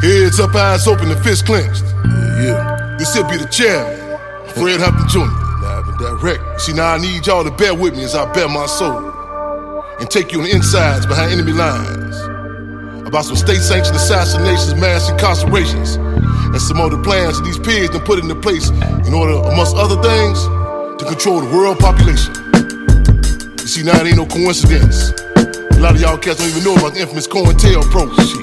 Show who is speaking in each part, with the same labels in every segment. Speaker 1: Heads up, eyes open, the fist clenched.
Speaker 2: Yeah, yeah.
Speaker 1: This here be the chairman, Fred Hampton Jr.
Speaker 2: Live and direct.
Speaker 1: See, now I need y'all to bear with me as I bear my soul and take you on the insides behind enemy lines. About some state sanctioned assassinations, mass incarcerations, and some other plans that these pigs done put into place in order, amongst other things, to control the world population. You see, now it ain't no coincidence. A lot of y'all cats don't even know about the infamous COINTELPRO shit.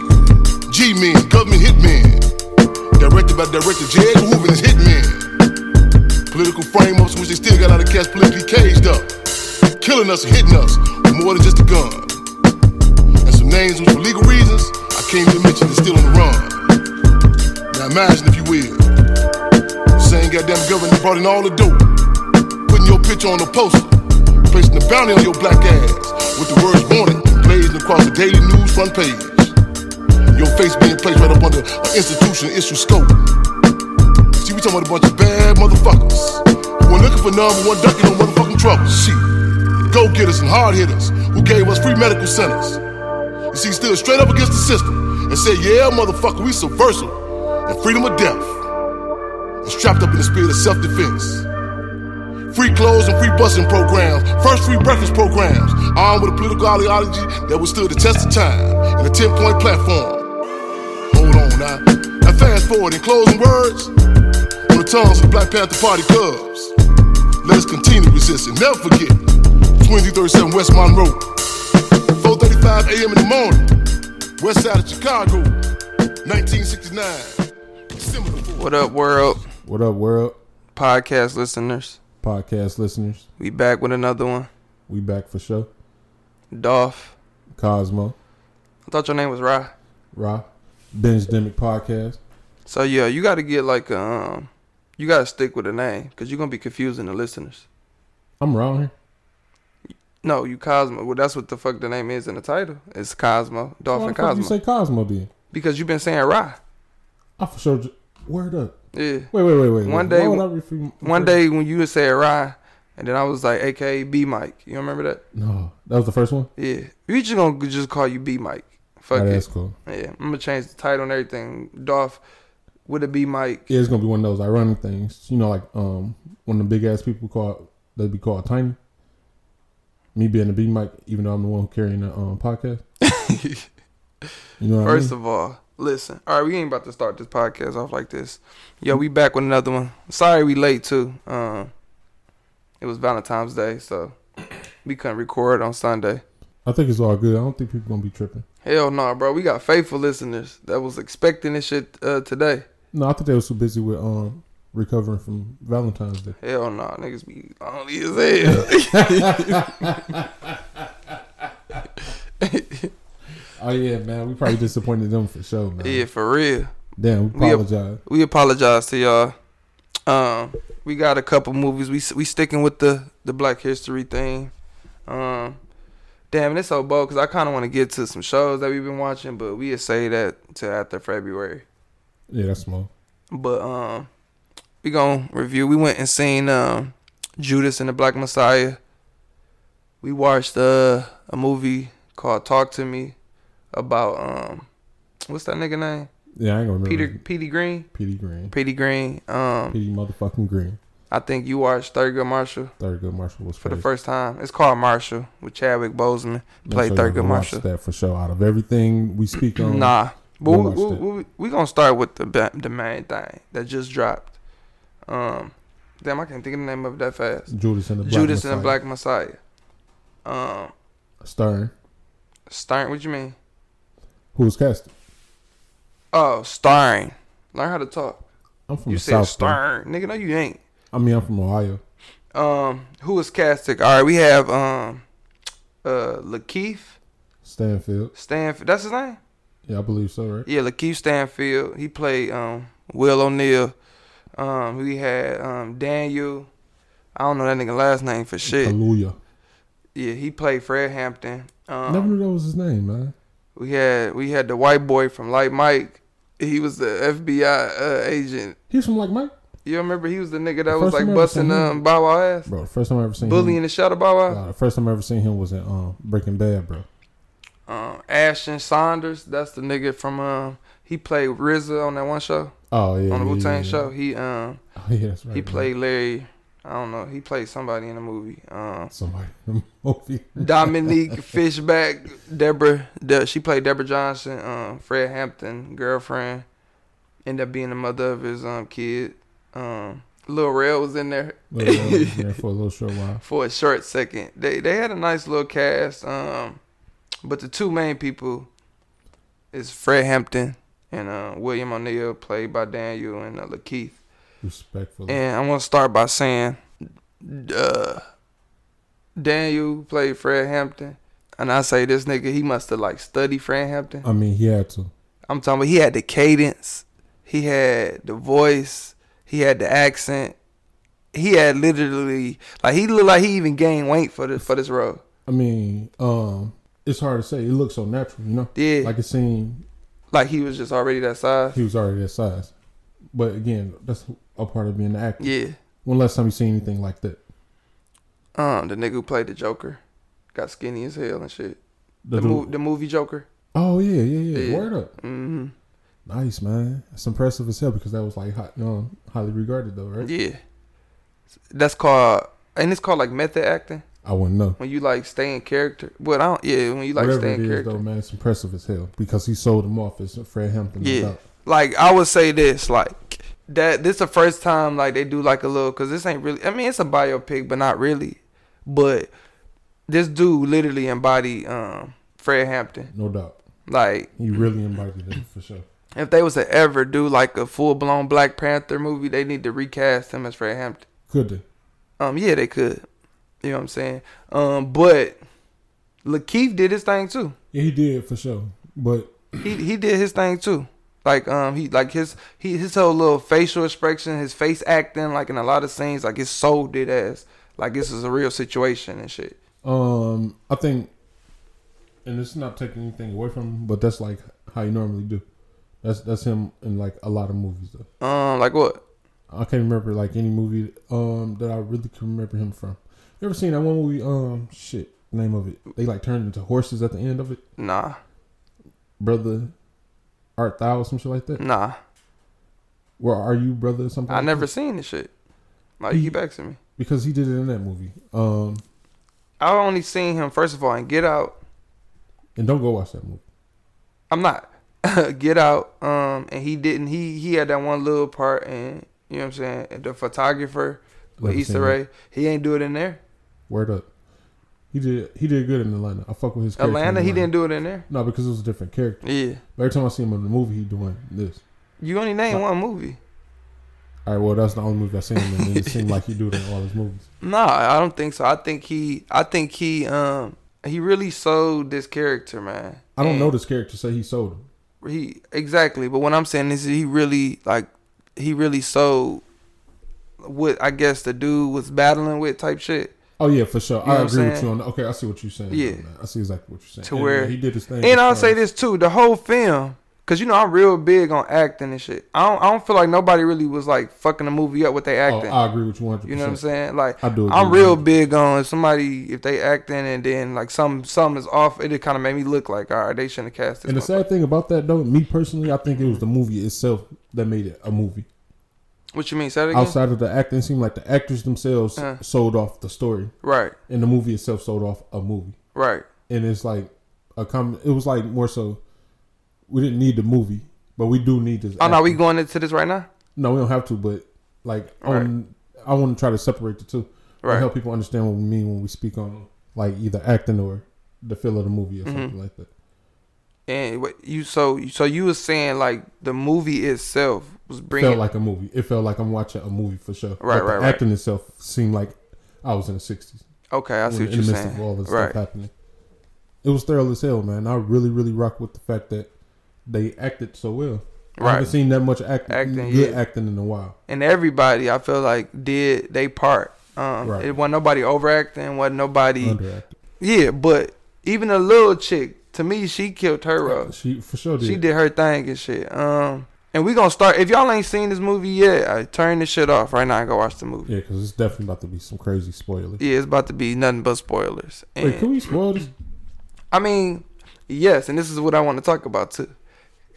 Speaker 1: G-Men, government hitmen, directed by director J. Edgar Hoover and his hitmen. Political frame-ups in which they still got a lot of cats politically caged up, killing us and hitting us with more than just a gun. And some names which for legal reasons I can't even mention is still on the run. Now imagine if you will, the same goddamn government that brought in all the dope, putting your picture on the poster, placing the bounty on your black ass with the words wanted blazing across the daily news front page. Your face being placed right up under an institution issue scope. See, we talking about a bunch of bad motherfuckers who are looking for number one ducking no motherfucking trouble. Shit. Go getters and hard hitters who gave us free medical centers. You see, still straight up against the system and said, yeah, motherfucker, we subversive and freedom of death. And strapped up in the spirit of self defense. Free clothes and free busing programs, first free breakfast programs, armed with a political ideology that withstood the test of time and a 10 point platform. Hold on now. Now fast forward in closing words on the tongues of the Black Panther Party Cubs. Let us continue resisting. Never forget 2337 West Monroe, 4:35 a.m. in the morning, West Side of Chicago, 1969. December the 4th.
Speaker 3: What up, world?
Speaker 4: What up, world?
Speaker 3: Podcast listeners.
Speaker 4: Podcast listeners,
Speaker 3: We back with another one.
Speaker 4: we back for show.
Speaker 3: Dolph.
Speaker 4: Cosmo,
Speaker 3: I thought your name was Rye.
Speaker 4: Ra, Binge Demic Podcast.
Speaker 3: So yeah, you gotta get like a, um you gotta stick with a name, because you're gonna be confusing the listeners.
Speaker 4: I'm wrong here.
Speaker 3: No, you Cosmo. Well that's what the fuck the name is in the title. It's Cosmo. Dolph
Speaker 4: Why the
Speaker 3: and
Speaker 4: fuck
Speaker 3: Cosmo.
Speaker 4: you say Cosmo then?
Speaker 3: because you've been saying Rye.
Speaker 4: I for sure. Ju- word up.
Speaker 3: Yeah.
Speaker 4: Wait, wait, wait, wait.
Speaker 3: One
Speaker 4: wait.
Speaker 3: day-
Speaker 4: Why would I refer-
Speaker 3: One
Speaker 4: refer-
Speaker 3: day when you said Rye, and then I was like, AKA B Mike. You remember that?
Speaker 4: No, that was the first one.
Speaker 3: Yeah. We just gonna just call you B Mike. Fuck
Speaker 4: All right,
Speaker 3: it.
Speaker 4: that's cool.
Speaker 3: Yeah. I'm gonna change the title and everything. Dolph, would it be Mike?
Speaker 4: Yeah, it's gonna be one of those ironic things. You know, like um, one of the big ass people called they'd be called tiny. Me being the B mic, even though I'm the one carrying the um podcast. You know what
Speaker 3: First
Speaker 4: I mean?
Speaker 3: of all, listen. All right, we ain't about to start this podcast off like this. Yo, we back with another one. Sorry we late too. Um, it was Valentine's Day, so we couldn't record on Sunday.
Speaker 4: I think it's all good. I don't think people gonna be tripping.
Speaker 3: Hell no, bro. We got faithful listeners that was expecting this shit uh, today.
Speaker 4: No, I think they was too busy with um recovering from Valentine's Day.
Speaker 3: Hell no, niggas be lonely as hell.
Speaker 4: Oh yeah, man, we probably disappointed them for sure, man.
Speaker 3: yeah, for real.
Speaker 4: Damn, we
Speaker 3: We-
Speaker 4: apologize.
Speaker 3: We apologize to y'all. Um, we got a couple movies. We we sticking with the the Black History thing. Um, damn, and it's so bold because I kind of want to get to some shows that we've been watching, but we'll say that to after February.
Speaker 4: Yeah, that's small.
Speaker 3: But um, we gonna review. We went and seen um Judas and the Black Messiah. We watched uh, a movie called Talk to Me about um, what's that nigga name?
Speaker 4: Yeah, I ain't gonna remember.
Speaker 3: Peter
Speaker 4: his-
Speaker 3: Petey Green.
Speaker 4: Petey Green.
Speaker 3: Petey Green. Um,
Speaker 4: Petey motherfucking Green.
Speaker 3: I think you watched Thurgood Marshall
Speaker 4: Thurgood Marshall was
Speaker 3: for the
Speaker 4: crazy.
Speaker 3: first time. It's called Marshall with Chadwick Boseman.
Speaker 4: Make
Speaker 3: Played
Speaker 4: sure y'all
Speaker 3: Thurgood
Speaker 4: watch
Speaker 3: Marshall.
Speaker 4: That for sure. Out of everything we speak on,
Speaker 3: Nah, but
Speaker 4: We'll
Speaker 3: we,
Speaker 4: watch
Speaker 3: we,
Speaker 4: that.
Speaker 3: we, we gonna start with the ba- the main thing that just dropped. Um, damn, I can't think of the name of it that fast.
Speaker 4: Judas and the Black
Speaker 3: Judas and the
Speaker 4: Messiah.
Speaker 3: Black Messiah. Um,
Speaker 4: Stern,
Speaker 3: starring. What you mean?
Speaker 4: who was casted.
Speaker 3: Oh, starring. Learn how to talk.
Speaker 4: I'm from
Speaker 3: You
Speaker 4: the
Speaker 3: said
Speaker 4: South. though.
Speaker 3: starring, nigga. No, you ain't.
Speaker 4: I mean, I'm from Ohio.
Speaker 3: Um, who was casting? All right, we have um, uh, Lakeith
Speaker 4: Stanfield.
Speaker 3: Stanfield. That's his name.
Speaker 4: Yeah, I believe so, right?
Speaker 3: Yeah, Lakeith Stanfield. He played um, Will O'Neal. Um, we had um, Daniel. I don't know that nigga last name for shit.
Speaker 4: Hallelujah.
Speaker 3: Uh-huh. Yeah, he played Fred Hampton.
Speaker 4: Never
Speaker 3: Um,
Speaker 4: knew that was his name, man.
Speaker 3: we had we had the white boy from Light Mike. He was the FBI uh, agent.
Speaker 4: He's from like Mike,
Speaker 3: You remember he was the nigga that
Speaker 4: The
Speaker 3: was
Speaker 4: first
Speaker 3: like
Speaker 4: Mm-hmm. time I ever
Speaker 3: busting
Speaker 4: seen him.
Speaker 3: um Bow Wow ass,
Speaker 4: bro. The first time I ever seen
Speaker 3: bullying
Speaker 4: him.
Speaker 3: the shadow Bow Wow.
Speaker 4: Nah, the first time I ever seen him was in um, Breaking Bad, bro.
Speaker 3: um, Ashton Saunders. That's the nigga from um, he played RZA on that one show
Speaker 4: Oh yeah,
Speaker 3: on the
Speaker 4: yeah,
Speaker 3: Wu Tang
Speaker 4: yeah.
Speaker 3: show. He um
Speaker 4: Oh, yeah, that's right.
Speaker 3: he
Speaker 4: man.
Speaker 3: played Larry. I don't know. He played somebody in the movie. Um,
Speaker 4: somebody from the movie.
Speaker 3: Dominique Fishback, Deborah. De- she played Deborah Johnson. Um, Fred Hampton girlfriend. End up being the mother of his um kid. Um, Lil Rel was in there.
Speaker 4: Little girl was uh, there for a little short while.
Speaker 3: for a short second. They they had a nice little cast, um, but the two main people is Fred Hampton and uh, William O'Neill, played by Daniel and uh, Lakeith.
Speaker 4: Respectfully.
Speaker 3: And I want to start by saying, uh, Daniel played Fred Hampton, and I say this nigga he must have like studied Fred Hampton.
Speaker 4: I mean, he had to.
Speaker 3: I'm talking about he had the cadence, he had the voice, he had the accent. He had literally like he looked like he even gained weight for this for this role.
Speaker 4: I mean, um, it's hard to say. It looks so natural, you know.
Speaker 3: Yeah.
Speaker 4: Like it seemed
Speaker 3: Like he was just already that size.
Speaker 4: he was already that size, but again, that's a part of being an actor.
Speaker 3: Yeah.
Speaker 4: When last time you seen anything like that?
Speaker 3: Um, the nigga who played the Joker got skinny as hell and shit.
Speaker 4: The
Speaker 3: The,
Speaker 4: dude-
Speaker 3: mov- the movie Joker.
Speaker 4: oh yeah, yeah, yeah,
Speaker 3: Yeah.
Speaker 4: Word up.
Speaker 3: hmm
Speaker 4: Nice man. That's impressive as hell because that was like hot, um, highly regarded though, right?
Speaker 3: Yeah. That's called and it's called like method acting
Speaker 4: I wouldn't know.
Speaker 3: when you like stay in character. But I don't. Yeah, when you like
Speaker 4: Whatever
Speaker 3: stay
Speaker 4: it
Speaker 3: in
Speaker 4: is
Speaker 3: character.
Speaker 4: though, man, it's impressive as hell because he sold him off as Fred Hampton. no
Speaker 3: Yeah.
Speaker 4: doubt.
Speaker 3: like I would say this, like that. This the first time like they do like a little because this ain't really. I mean, it's a biopic, but not really. But this dude literally embodied um, Fred Hampton.
Speaker 4: no doubt.
Speaker 3: Like
Speaker 4: He really embodied it for sure.
Speaker 3: if they was to ever do like a full blown Black Panther movie, they need to recast him as Fred Hampton.
Speaker 4: Could they?
Speaker 3: Um, yeah, they could. You know what I'm saying? Um, but Lakeith did his thing too.
Speaker 4: Yeah, he did for sure. But
Speaker 3: he he did his thing too. Like um he like his he his whole little facial expression, his face acting, like in a lot of scenes, like his soul did as like this is a real situation and shit.
Speaker 4: um, I think, and it's not taking anything away from him, but that's like how you normally do. That's that's him in like a lot of movies though.
Speaker 3: Um, like what?
Speaker 4: I can't remember like any movie um that I really can remember him from. You ever seen that one movie? Um, shit, name of it? They like turned into horses at the end of it.
Speaker 3: Nah,
Speaker 4: Brother, art thou or some shit like that?
Speaker 3: nah.
Speaker 4: Where are you, brother? Or something.
Speaker 3: I
Speaker 4: like
Speaker 3: never
Speaker 4: that?
Speaker 3: seen this shit. Like you keep asking me.
Speaker 4: because he did it in that movie. Um,
Speaker 3: I only seen him first of all in Get Out.
Speaker 4: and don't go watch that movie.
Speaker 3: I'm not Get Out. Um, and he didn't. He he had that one little part, and you know what I'm saying. The photographer with
Speaker 4: Never seen
Speaker 3: Easter Ray. He ain't do it in there.
Speaker 4: Word up. He did he did good in Atlanta. I fuck with his character. in
Speaker 3: Atlanta. He didn't do it in there.
Speaker 4: No, because it was a different character.
Speaker 3: Yeah.
Speaker 4: But every time I see him in the movie, he doing this.
Speaker 3: You only name one movie.
Speaker 4: All right, well, that's the only movie I seen him in. And it seemed like he do it in all his movies.
Speaker 3: No, I don't think so. I think he, I think he, um, he really sold this character, man.
Speaker 4: I don't
Speaker 3: And
Speaker 4: know this character. Say he sold him.
Speaker 3: He exactly, but what I'm saying is he really like, he really sold what I guess the dude was battling with type shit.
Speaker 4: Oh yeah, for sure.
Speaker 3: know
Speaker 4: I
Speaker 3: what I'm
Speaker 4: agree with
Speaker 3: saying?
Speaker 4: you on. Okay, I see what you're saying.
Speaker 3: Yeah.
Speaker 4: man. I see exactly what you're saying.
Speaker 3: To
Speaker 4: And,
Speaker 3: where-
Speaker 4: yeah, he did his thing.
Speaker 3: And
Speaker 4: as
Speaker 3: I'll
Speaker 4: far
Speaker 3: say
Speaker 4: as-
Speaker 3: this too: the whole film, because you know I'm real big on acting and shit. I don't, I don't feel like nobody really was like fucking the movie up with their
Speaker 4: Oh,
Speaker 3: acting.
Speaker 4: I agree with you 100.
Speaker 3: You know what I'm saying? Like
Speaker 4: I do agree
Speaker 3: I'm
Speaker 4: with
Speaker 3: real
Speaker 4: you.
Speaker 3: big on if somebody if they acting and then like some some is off, it kind of made me look like all right, they shouldn't have cast this.
Speaker 4: And the
Speaker 3: motherfucker.
Speaker 4: sad thing about that though, me personally, I think it was the movie itself that made it a movie.
Speaker 3: What you mean? Say that again.
Speaker 4: Outside of the acting, it seemed like the actors themselves
Speaker 3: Uh.
Speaker 4: sold off the story,
Speaker 3: Right,
Speaker 4: and the movie itself sold off a movie.
Speaker 3: right.
Speaker 4: and it's like a com. It was like more so. We didn't need the movie, but we do need this.
Speaker 3: Oh no, we
Speaker 4: actor.
Speaker 3: going into this right now.
Speaker 4: no, we don't have to, but like on, I want to try to separate the two. and
Speaker 3: Right.
Speaker 4: help people understand what we mean when we speak on like either acting or the feel of the movie or
Speaker 3: Mm-hmm.
Speaker 4: something like that.
Speaker 3: And what you so so you was saying like the movie itself was bringing
Speaker 4: felt like a movie. It felt like I'm watching a movie for sure.
Speaker 3: Right,
Speaker 4: But
Speaker 3: right,
Speaker 4: the
Speaker 3: right.
Speaker 4: Acting itself seemed like I was in the '60s.
Speaker 3: okay. I see
Speaker 4: when-
Speaker 3: what
Speaker 4: in
Speaker 3: you're
Speaker 4: the midst of all
Speaker 3: saying.
Speaker 4: this
Speaker 3: Right,
Speaker 4: stuff happening. It was thorough as hell, man. I really, really rock with the fact that they acted so well. I
Speaker 3: Right.
Speaker 4: haven't seen that much acting,
Speaker 3: Acting,
Speaker 4: good
Speaker 3: yeah.
Speaker 4: acting in a while.
Speaker 3: and everybody I feel like did they part. Um,
Speaker 4: Right.
Speaker 3: it wasn't nobody overacting. wasn't nobody.
Speaker 4: Underacted.
Speaker 3: Yeah, but even a little chick to me, she killed her uh, role.
Speaker 4: She for sure did.
Speaker 3: She did her thing and shit. Um, and we gonna start. If y'all ain't seen this movie yet, I turn this shit off right now and go watch the movie.
Speaker 4: Yeah, because it's definitely about to be some crazy spoilers.
Speaker 3: Yeah, it's about to be nothing but spoilers. And
Speaker 4: Wait, can we spoil this?
Speaker 3: I mean, Yes, and this is what I want to talk about too.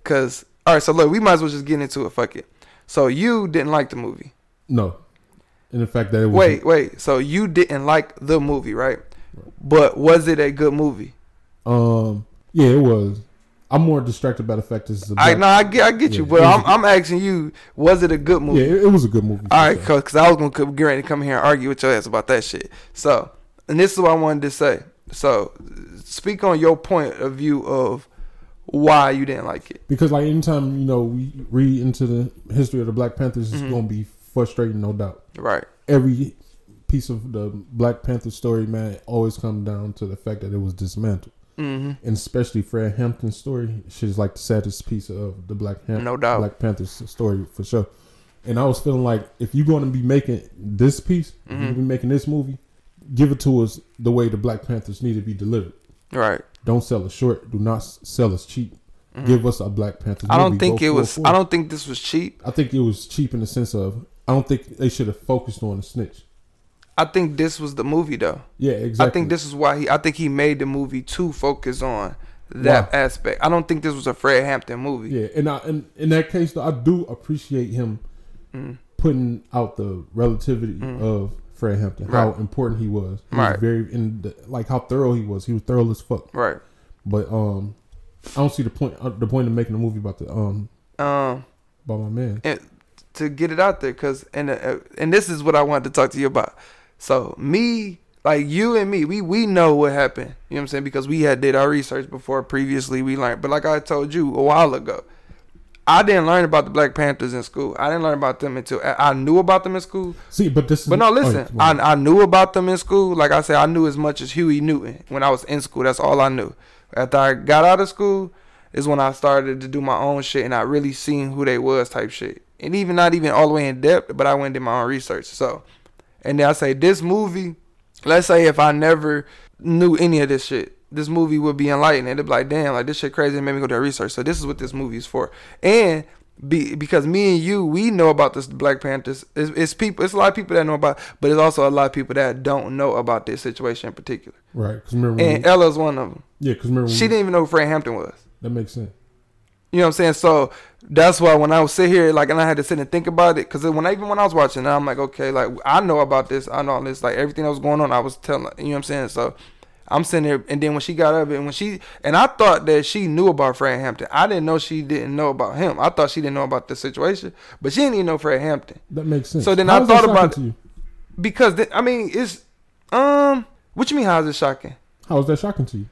Speaker 3: Cause all right, so look, we might as well just get into it. Fuck it. So you didn't like the movie.
Speaker 4: No, and the fact that it was
Speaker 3: Wait, wait. So you didn't like the movie, right? But was it a good movie?
Speaker 4: um, yeah, it was. I'm more distracted by the fact this is a
Speaker 3: I
Speaker 4: black,
Speaker 3: no, I get, I get you,
Speaker 4: Yeah,
Speaker 3: but
Speaker 4: it was
Speaker 3: I'm, I'm asking you, was it a good movie?
Speaker 4: yeah, it, it was a good movie.
Speaker 3: All right, cause, 'cause I was gonna come, get ready to come here and argue with your ass about that shit. So, and this is what I wanted to say. So, speak on your point of view of why you didn't like it.
Speaker 4: because like anytime you know we read into the history of the Black Panthers,
Speaker 3: Mm-hmm.
Speaker 4: it's gonna be frustrating, no doubt.
Speaker 3: Right.
Speaker 4: Every piece of the Black Panther story, man, always come down to the fact that it was dismantled,
Speaker 3: Mm-hmm.
Speaker 4: and especially Fred Hampton's story. She's like the saddest piece of the Black Ham-
Speaker 3: No doubt.
Speaker 4: Black Panther's story for sure. And I was feeling like if you're going to be making this piece,
Speaker 3: Mm-hmm.
Speaker 4: if you're going to be making this movie, give it to us the way the Black Panthers need to be delivered.
Speaker 3: Right.
Speaker 4: Don't sell us short. Do not s- sell us cheap. Give us a Black Panther.
Speaker 3: Mm-hmm. I don't
Speaker 4: movie.
Speaker 3: think
Speaker 4: Go
Speaker 3: it
Speaker 4: full
Speaker 3: was.
Speaker 4: force.
Speaker 3: I don't think this was cheap.
Speaker 4: I think it was cheap in the sense of I don't think they should have focused on the snitch.
Speaker 3: I think this was the movie though.
Speaker 4: Yeah, exactly.
Speaker 3: I think this is why he. I think he made the movie to focus on that
Speaker 4: Why?
Speaker 3: aspect. I don't think this was a Fred Hampton movie.
Speaker 4: Yeah, and I and in that case, though, I do appreciate him
Speaker 3: Mm.
Speaker 4: putting out the relativity of Fred Hampton, how
Speaker 3: Right.
Speaker 4: important he was. He
Speaker 3: Right.
Speaker 4: was very in the, like how thorough he was. He was thorough as fuck.
Speaker 3: Right.
Speaker 4: But um, I don't see the point. Uh, the point of making a movie about the um
Speaker 3: Um.
Speaker 4: about my man.
Speaker 3: and to get it out there because and uh, and this is what I wanted to talk to you about. So me, like you and me, we we know what happened. You know what I'm saying? Because we had did our research before. Previously, we learned. But like I told you a while ago, I didn't learn about the Black Panthers in school. I didn't learn about them until I I knew about them in school.
Speaker 4: See, but this.
Speaker 3: But
Speaker 4: is,
Speaker 3: no,
Speaker 4: all right,
Speaker 3: listen,
Speaker 4: Oh, come
Speaker 3: I,
Speaker 4: on.
Speaker 3: I knew about them in school. Like I said, I knew as much as Huey Newton when I was in school. That's all I knew. After I got out of school is when I started to do my own shit and I really seen who they was type shit. And even not even all the way in depth, but I went and did my own research. So, and then I say this movie, let's say if I never knew any of this shit, this movie would be enlightening. It'd be like, damn, like this shit crazy. It made me go do research. So this is what this movie is for. And be, because me and you, we know about this Black Panthers. It's, it's people. It's a lot of people that know about, but it's also a lot of people that don't know about this situation in particular.
Speaker 4: right because remember when,
Speaker 3: And Ella's one of them.
Speaker 4: yeah because remember when
Speaker 3: She didn't even know who Fred Hampton was.
Speaker 4: that makes sense.
Speaker 3: You know what I'm saying? So that's why when I was sit here, like, and I had to sit and think about it, because when I, even when I was watching, it, I'm like, okay, like I know about this, I know all this, like everything that was going on, I was telling, you know what I'm saying? So I'm sitting there, and then when she got up, and when she, and I thought that she knew about Fred Hampton. I didn't know she didn't know about him. I thought she didn't know about the situation, but she didn't even know Fred Hampton
Speaker 4: That makes sense.
Speaker 3: So then
Speaker 4: How
Speaker 3: I
Speaker 4: is that
Speaker 3: thought
Speaker 4: shocking
Speaker 3: about-
Speaker 4: to you.
Speaker 3: because th- I mean, it's um, what you mean? How is it shocking?
Speaker 4: How is that shocking to you?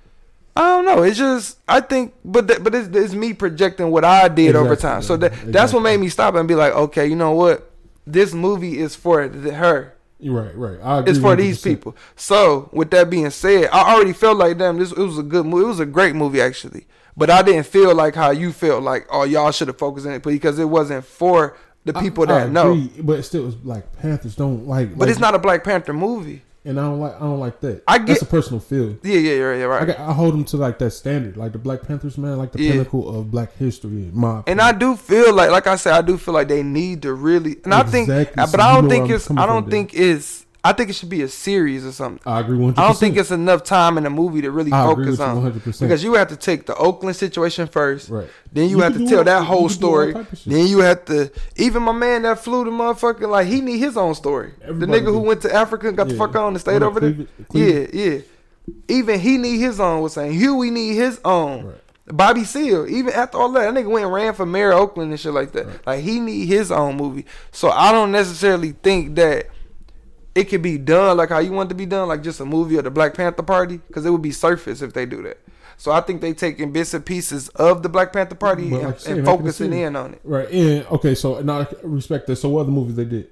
Speaker 3: I don't know. It's just I think, but th- but it's, it's me projecting what I did over
Speaker 4: Exactly,
Speaker 3: time. So
Speaker 4: yeah.
Speaker 3: that that's what
Speaker 4: Exactly.
Speaker 3: made me stop and be like, okay, you know what? This movie is for th- her.
Speaker 4: You're right, right. I agree
Speaker 3: It's for these
Speaker 4: 100%.
Speaker 3: people. So with that being said, I already felt like damn, this it was a good movie. It was a great movie actually, but I didn't feel like how you felt like oh y'all should have focused on it because it wasn't for the
Speaker 4: I-
Speaker 3: people
Speaker 4: I
Speaker 3: that know.
Speaker 4: agree, but still, it's Black Panthers don't like.
Speaker 3: But it's not a Black Panther movie.
Speaker 4: and I don't like. I don't like that.
Speaker 3: I get-
Speaker 4: that's a personal feel.
Speaker 3: Yeah, yeah, yeah, yeah, right.
Speaker 4: I, got, I hold them to like that standard, like the Black Panthers, man, like the
Speaker 3: Yeah.
Speaker 4: pinnacle of Black history. In my
Speaker 3: And
Speaker 4: opinion.
Speaker 3: I do feel like, like I said, I do feel like they need to really. And I think,
Speaker 4: Exactly. So
Speaker 3: but
Speaker 4: you
Speaker 3: I don't
Speaker 4: know
Speaker 3: think
Speaker 4: where I'm
Speaker 3: it's.
Speaker 4: coming
Speaker 3: I
Speaker 4: from
Speaker 3: don't
Speaker 4: then.
Speaker 3: think it's. I think it should be a series or something.
Speaker 4: I agree one hundred.
Speaker 3: I don't think it's enough time in the movie to really
Speaker 4: I agree
Speaker 3: focus
Speaker 4: with you
Speaker 3: on
Speaker 4: 100%.
Speaker 3: because you have to take the Oakland situation first.
Speaker 4: Right.
Speaker 3: Then you,
Speaker 4: You
Speaker 3: have
Speaker 4: can
Speaker 3: to
Speaker 4: do
Speaker 3: tell
Speaker 4: all-
Speaker 3: that
Speaker 4: you
Speaker 3: whole
Speaker 4: can do all
Speaker 3: story.
Speaker 4: type of shit.
Speaker 3: Then you have to even my man that flew the motherfucker like he need his own story.
Speaker 4: Everybody
Speaker 3: the nigga who
Speaker 4: do.
Speaker 3: went to Africa and got the
Speaker 4: Yeah.
Speaker 3: fuck on and stayed
Speaker 4: What,
Speaker 3: over there.
Speaker 4: Cleveland- Cleveland?
Speaker 3: Yeah, yeah. Even he need his own was saying Huey need his own.
Speaker 4: Right.
Speaker 3: Bobby Seale, even after all that, that nigga went and ran for mayor of Oakland and shit like that. Like he need his own movie. So I don't necessarily think that it could be done like how you want it to be done, like just a movie or the Black Panther Party, because it would be surface if they do that. So I think they taking bits and pieces of the Black Panther Party
Speaker 4: But
Speaker 3: and,
Speaker 4: like you
Speaker 3: and
Speaker 4: said, make it a
Speaker 3: focusing
Speaker 4: series.
Speaker 3: in on it.
Speaker 4: right. And okay, so and I respect that. So what other movies they did?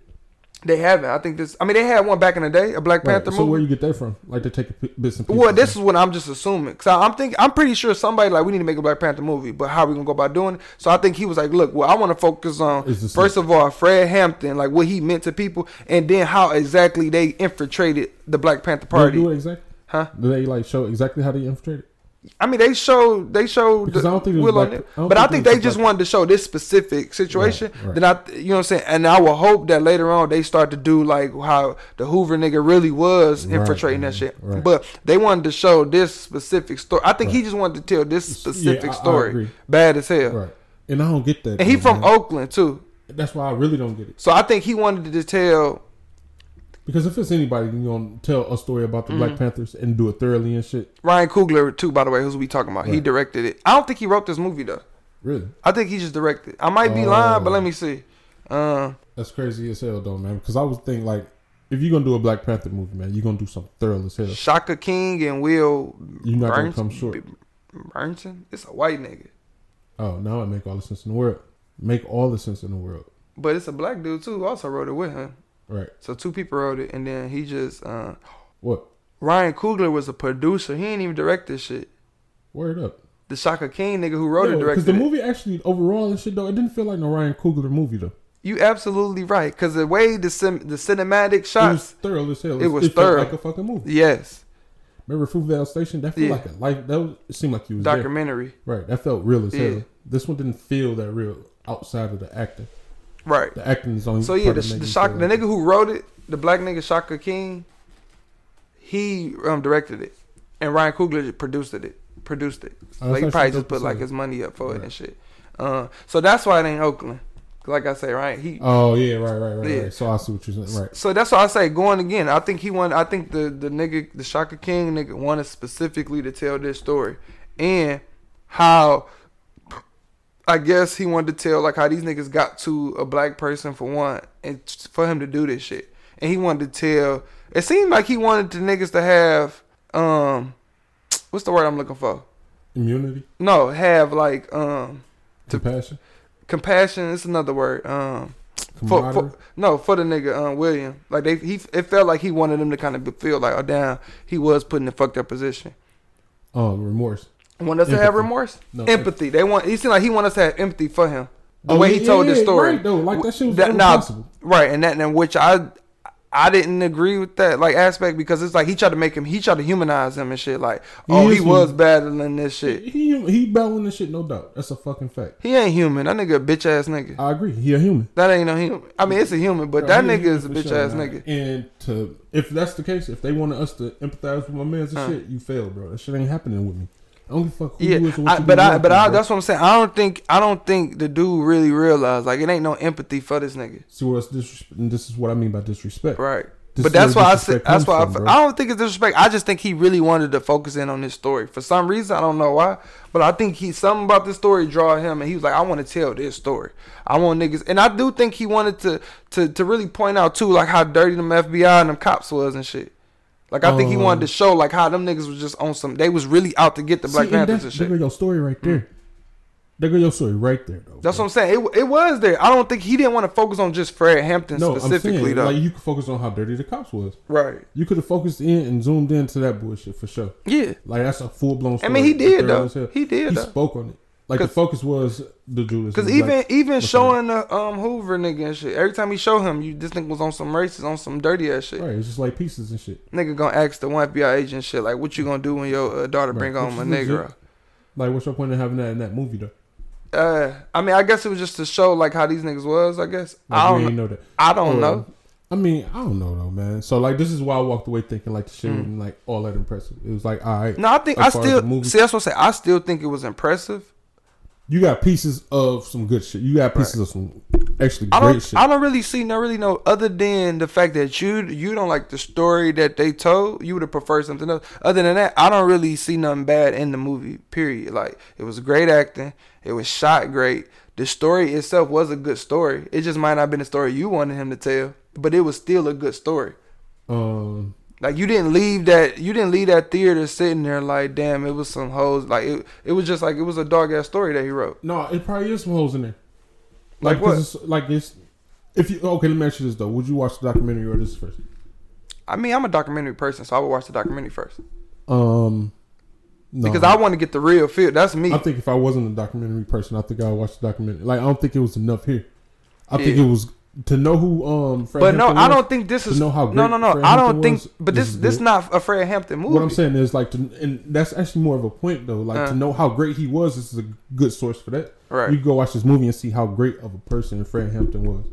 Speaker 3: They haven't. I think this. I mean, they had one back in the day, a Black
Speaker 4: Right.
Speaker 3: Panther
Speaker 4: So
Speaker 3: movie.
Speaker 4: where you get that from? Like they take a p- bits and pieces.
Speaker 3: Well, this is what I'm just assuming. Cause I- I'm thinking, I'm pretty sure somebody like we need to make a Black Panther movie, but how we gonna go about doing it? So I think he was like, look, well, I want to focus on
Speaker 4: It's the same.
Speaker 3: first of all Fred Hampton, like what he meant to people, and then how exactly they infiltrated the Black Panther
Speaker 4: They
Speaker 3: Party.
Speaker 4: do it exactly.
Speaker 3: Huh?
Speaker 4: Do they like show exactly how they infiltrated?
Speaker 3: I mean, they showed they showed
Speaker 4: Because I don't think it was
Speaker 3: Will on
Speaker 4: black-
Speaker 3: it,
Speaker 4: I don't
Speaker 3: but I
Speaker 4: think it
Speaker 3: think they
Speaker 4: was
Speaker 3: just
Speaker 4: black-
Speaker 3: wanted to show this specific situation.
Speaker 4: Right, right.
Speaker 3: Then I, you know, what I'm saying, and I will hope that later on they start to do like how the Hoover nigga really was
Speaker 4: Right,
Speaker 3: infiltrating
Speaker 4: right,
Speaker 3: that shit.
Speaker 4: right.
Speaker 3: But they wanted to show this specific story. I think he just wanted to tell this specific
Speaker 4: I- I
Speaker 3: story,
Speaker 4: agree.
Speaker 3: bad as hell.
Speaker 4: Right. And I don't get that.
Speaker 3: And he
Speaker 4: though,
Speaker 3: from
Speaker 4: man.
Speaker 3: Oakland too,
Speaker 4: That's why I really don't get it.
Speaker 3: so I think he wanted to tell
Speaker 4: Because if it's anybody you gonna tell a story about the
Speaker 3: Mm-hmm.
Speaker 4: Black Panthers and do it thoroughly and shit,
Speaker 3: Ryan Coogler too. By the way, who's we talking about? He
Speaker 4: Right.
Speaker 3: directed it. I don't think he wrote this movie though.
Speaker 4: really,
Speaker 3: I think he just directed. I might be lying, but
Speaker 4: Oh.
Speaker 3: let me see. Uh,
Speaker 4: that's crazy as hell, though, man. Because I was thinking like, if you're gonna do a Black Panther movie, man, you're gonna do something thorough as hell.
Speaker 3: Shaka King and Will
Speaker 4: You're not gonna
Speaker 3: Burns-
Speaker 4: come short.
Speaker 3: B- Burnson? It's a white nigga.
Speaker 4: Oh, now it make all the sense in the world. Make all the sense in the world.
Speaker 3: But it's a black dude too who also wrote it with him.
Speaker 4: Right.
Speaker 3: So two people wrote it and then he just uh
Speaker 4: What?
Speaker 3: Ryan Coogler was a producer. He didn't even direct this shit.
Speaker 4: Word up.
Speaker 3: The Shaka King nigga who wrote it
Speaker 4: Because
Speaker 3: directed
Speaker 4: the
Speaker 3: it.
Speaker 4: movie actually overall and shit though, it didn't feel like no Ryan Coogler movie though.
Speaker 3: You absolutely right. Cause the way the sim- the cinematic
Speaker 4: It was
Speaker 3: shots
Speaker 4: thorough as hell.
Speaker 3: It was
Speaker 4: felt
Speaker 3: thorough.
Speaker 4: like a fucking movie.
Speaker 3: Yes.
Speaker 4: Remember Fruitvale Station? That felt
Speaker 3: Yeah.
Speaker 4: like a life. That was, it seemed like you was there.
Speaker 3: Documentary.
Speaker 4: Right. That felt real as
Speaker 3: Yeah.
Speaker 4: hell. This one didn't feel that real outside of the acting.
Speaker 3: Right.
Speaker 4: The acting is only.
Speaker 3: So yeah,
Speaker 4: part
Speaker 3: the,
Speaker 4: that made
Speaker 3: the
Speaker 4: me
Speaker 3: shock
Speaker 4: feel
Speaker 3: the
Speaker 4: like-
Speaker 3: nigga who wrote it, the black nigga Shaka King, he um, directed it, and Ryan Coogler produced it. Produced it.
Speaker 4: Oh, that's
Speaker 3: like he
Speaker 4: actually
Speaker 3: probably
Speaker 4: dope
Speaker 3: just put
Speaker 4: to
Speaker 3: like
Speaker 4: see.
Speaker 3: his money up for it and
Speaker 4: Right.
Speaker 3: shit. Uh, so that's why it ain't Oakland. 'Cause Like I say, right? He.
Speaker 4: Oh yeah, right, right, right,
Speaker 3: Yeah.
Speaker 4: right. So I see what you're saying. Right.
Speaker 3: So that's why I say going again. I think he wanted. I think the the nigga, the Shaka King nigga, wanted specifically to tell this story, and how. I guess he wanted to tell like how these niggas got to a black person for one, and t- for him to do this shit, and he wanted to tell. It seemed like he wanted the niggas to have um, what's the word I'm looking for?
Speaker 4: Immunity,
Speaker 3: No, have like um, To-
Speaker 4: compassion,
Speaker 3: compassion. It's another word. Um, for,
Speaker 4: camaraderie.
Speaker 3: for no for the nigga um, William. Like they he it felt like he wanted them to kind of feel like oh damn he was put in a fucked up position.
Speaker 4: um, remorse.
Speaker 3: Want us to have
Speaker 4: Empathy.
Speaker 3: remorse?
Speaker 4: No,
Speaker 3: empathy. They want. He seemed like he want us to have empathy for him. The
Speaker 4: Oh,
Speaker 3: way
Speaker 4: yeah,
Speaker 3: he told
Speaker 4: yeah,
Speaker 3: this
Speaker 4: yeah,
Speaker 3: story.
Speaker 4: right, though. Like, that shit was never possible.
Speaker 3: Right, and that and which I I didn't agree with that like aspect because it's like he tried to make him he tried to humanize him and shit like oh
Speaker 4: is
Speaker 3: he was
Speaker 4: human.
Speaker 3: battling this shit.
Speaker 4: He he battling this shit, no doubt. That's a fucking fact.
Speaker 3: He ain't human. That nigga a bitch ass nigga.
Speaker 4: I agree. He a human.
Speaker 3: That ain't no human. I mean it's a human, but
Speaker 4: Yeah,
Speaker 3: that
Speaker 4: he
Speaker 3: nigga is a
Speaker 4: human
Speaker 3: bitch
Speaker 4: for sure,
Speaker 3: ass
Speaker 4: man.
Speaker 3: nigga.
Speaker 4: And to if that's the case, if they wanted us to empathize with my man's and
Speaker 3: Uh.
Speaker 4: shit, you failed, bro. That shit ain't happening with me. I don't give a fuck who you
Speaker 3: Yeah,
Speaker 4: is or what
Speaker 3: I,
Speaker 4: you
Speaker 3: but
Speaker 4: do
Speaker 3: I
Speaker 4: wrong
Speaker 3: but
Speaker 4: to,
Speaker 3: I
Speaker 4: bro.
Speaker 3: that's what I'm saying. I don't think I don't think the dude really realized like it ain't no empathy for this nigga.
Speaker 4: see where it's disrespect. And this is what I mean by disrespect.
Speaker 3: Right.
Speaker 4: This
Speaker 3: but
Speaker 4: is where
Speaker 3: that's why I said
Speaker 4: disrespect
Speaker 3: that's
Speaker 4: comes
Speaker 3: why I,
Speaker 4: from,
Speaker 3: fe-
Speaker 4: bro.
Speaker 3: I don't think it's disrespect. I just think he really wanted to focus in on this story for some reason. I don't know why, but I think he something about this story draw him, and he was like, "I want to tell this story. I want niggas." And I do think he wanted to to to really point out too, like how dirty them FBI and them cops was and shit. Like I think he wanted to
Speaker 4: Um,
Speaker 3: show like how them niggas was just on some. They was really out to get the Black
Speaker 4: See, and
Speaker 3: Panthers and
Speaker 4: that's there
Speaker 3: shit. Mm.
Speaker 4: go your story right there. There go your story right there, though.
Speaker 3: That's what
Speaker 4: bro.
Speaker 3: I'm saying. It, it was there. I don't think he didn't want to focus on just Fred Hampton
Speaker 4: no, I'm
Speaker 3: specifically
Speaker 4: saying,
Speaker 3: though.
Speaker 4: Like you could focus on how dirty the cops was.
Speaker 3: right.
Speaker 4: You could have focused in and zoomed into that bullshit for sure.
Speaker 3: Yeah.
Speaker 4: Like that's a full blown.
Speaker 3: I mean, he did, though. He did,
Speaker 4: He
Speaker 3: though.
Speaker 4: spoke on it. Like the
Speaker 3: 'Cause-
Speaker 4: focus was the Judas.
Speaker 3: Cause
Speaker 4: and
Speaker 3: even
Speaker 4: Black-
Speaker 3: even
Speaker 4: what's
Speaker 3: showing the um Hoover nigga and shit, every time he show him, you this nigga was on some racist, on some dirty ass shit.
Speaker 4: right, it's just like pieces and shit.
Speaker 3: Nigga gonna ask the one FBI agent shit like, what you gonna do when your uh, daughter
Speaker 4: Right,
Speaker 3: bring
Speaker 4: which
Speaker 3: home a
Speaker 4: is
Speaker 3: nigga?
Speaker 4: legit. Like what's your point in having that in that movie though?
Speaker 3: Uh, I mean, I guess it was just to show like how these niggas was. I guess
Speaker 4: Like,
Speaker 3: I
Speaker 4: we
Speaker 3: don't
Speaker 4: ain't
Speaker 3: know.
Speaker 4: know that.
Speaker 3: I don't
Speaker 4: Or-
Speaker 3: know.
Speaker 4: I mean, I don't know though, man. So like, this is why I walked away thinking like the shit
Speaker 3: Mm.
Speaker 4: wasn't like all that impressive. It was like, all right,
Speaker 3: No, I think
Speaker 4: as
Speaker 3: I
Speaker 4: far as the
Speaker 3: still
Speaker 4: movie-
Speaker 3: see. That's what I say. I still think it was impressive.
Speaker 4: you got pieces of some good shit. You got pieces of some actually
Speaker 3: I
Speaker 4: great
Speaker 3: don't.
Speaker 4: shit.
Speaker 3: I don't really see no really no other than the fact that you you don't like the story that they told. You would have preferred something else. Other than that, I don't really see nothing bad in the movie. Period. Like it was great acting. It was shot great. The story itself was a good story. It just might not have been the story you wanted him to tell, but it was still a good story.
Speaker 4: um,
Speaker 3: Like you didn't leave that you didn't leave that theater sitting there like damn it was some hoes like it, it was just like it was a dog ass story that he wrote.
Speaker 4: no, it probably is some holes in there.
Speaker 3: Like
Speaker 4: Like, 'cause It's, like it's if you okay. Let me ask you this though: Would you watch the documentary or this first?
Speaker 3: I mean I'm a documentary person so I would watch the documentary first.
Speaker 4: Um, no.
Speaker 3: Because I want to get the real feel. That's me.
Speaker 4: Uh-huh. I think if I wasn't a documentary person, I think I would watch the documentary. Like I don't think it was enough here. I think
Speaker 3: Yeah.
Speaker 4: it was to know who um. Fred
Speaker 3: but no,
Speaker 4: Hampton
Speaker 3: I
Speaker 4: was,
Speaker 3: don't think this
Speaker 4: to
Speaker 3: is
Speaker 4: know how
Speaker 3: no,
Speaker 4: great
Speaker 3: no, no.
Speaker 4: Fred
Speaker 3: I don't
Speaker 4: Hampton
Speaker 3: think.
Speaker 4: was,
Speaker 3: But
Speaker 4: this
Speaker 3: this
Speaker 4: is
Speaker 3: this
Speaker 4: good.
Speaker 3: not a Fred Hampton movie.
Speaker 4: What I'm saying is like, to, and that's actually more of a point though. Like
Speaker 3: Uh.
Speaker 4: to know how great he was, this is a good source for that.
Speaker 3: Right.
Speaker 4: You go watch this movie and see how great of a person Fred Hampton was.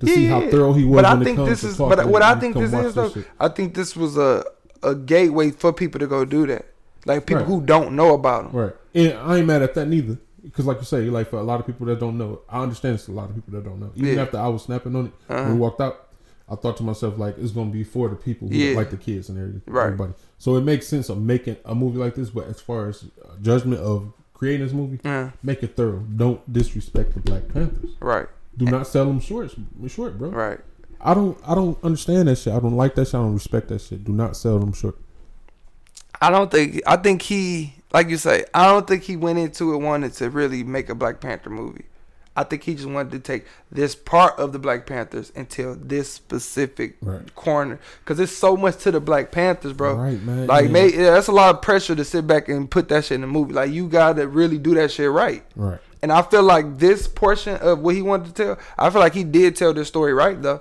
Speaker 4: To see how
Speaker 3: Yeah.
Speaker 4: thorough he was.
Speaker 3: But I
Speaker 4: when
Speaker 3: think
Speaker 4: it comes
Speaker 3: this
Speaker 4: to
Speaker 3: is.
Speaker 4: talking,
Speaker 3: But what I
Speaker 4: you
Speaker 3: think
Speaker 4: come
Speaker 3: this
Speaker 4: watch
Speaker 3: is though.
Speaker 4: shit.
Speaker 3: I think this was a a gateway for people to go do that. Like people
Speaker 4: Right.
Speaker 3: who don't know about him.
Speaker 4: Right. And I ain't mad at that neither. Because, like you say, like for a lot of people that don't know, I understand it's a lot of people that don't know. Even
Speaker 3: Yeah.
Speaker 4: after I was snapping on it, when
Speaker 3: Uh-huh.
Speaker 4: we walked out, I thought to myself, like, it's going to be for the people who
Speaker 3: Yeah.
Speaker 4: like the kids and everything.
Speaker 3: Right.
Speaker 4: Everybody. So it makes sense of making a movie like this, but as far as uh, judgment of creating this movie,
Speaker 3: Yeah.
Speaker 4: make it thorough. Don't disrespect the Black Panthers.
Speaker 3: Right.
Speaker 4: Do not sell them shorts, short, bro.
Speaker 3: Right.
Speaker 4: I don't, I don't understand that shit. I don't like that shit. I don't respect that shit. Do not sell them short.
Speaker 3: I don't think. I think he, like you say, I don't think he went into it wanted to really make a Black Panther movie. I think he just wanted to take this part of the Black Panthers and tell this specific
Speaker 4: Right.
Speaker 3: corner because it's so much to the Black Panthers, bro.
Speaker 4: Right, man.
Speaker 3: Like,
Speaker 4: Yeah.
Speaker 3: may, yeah, that's a lot of pressure to sit back and put that shit in the movie. Like, you gotta really do that shit right.
Speaker 4: Right.
Speaker 3: And I feel like this portion of what he wanted to tell, I feel like he did tell this story right though.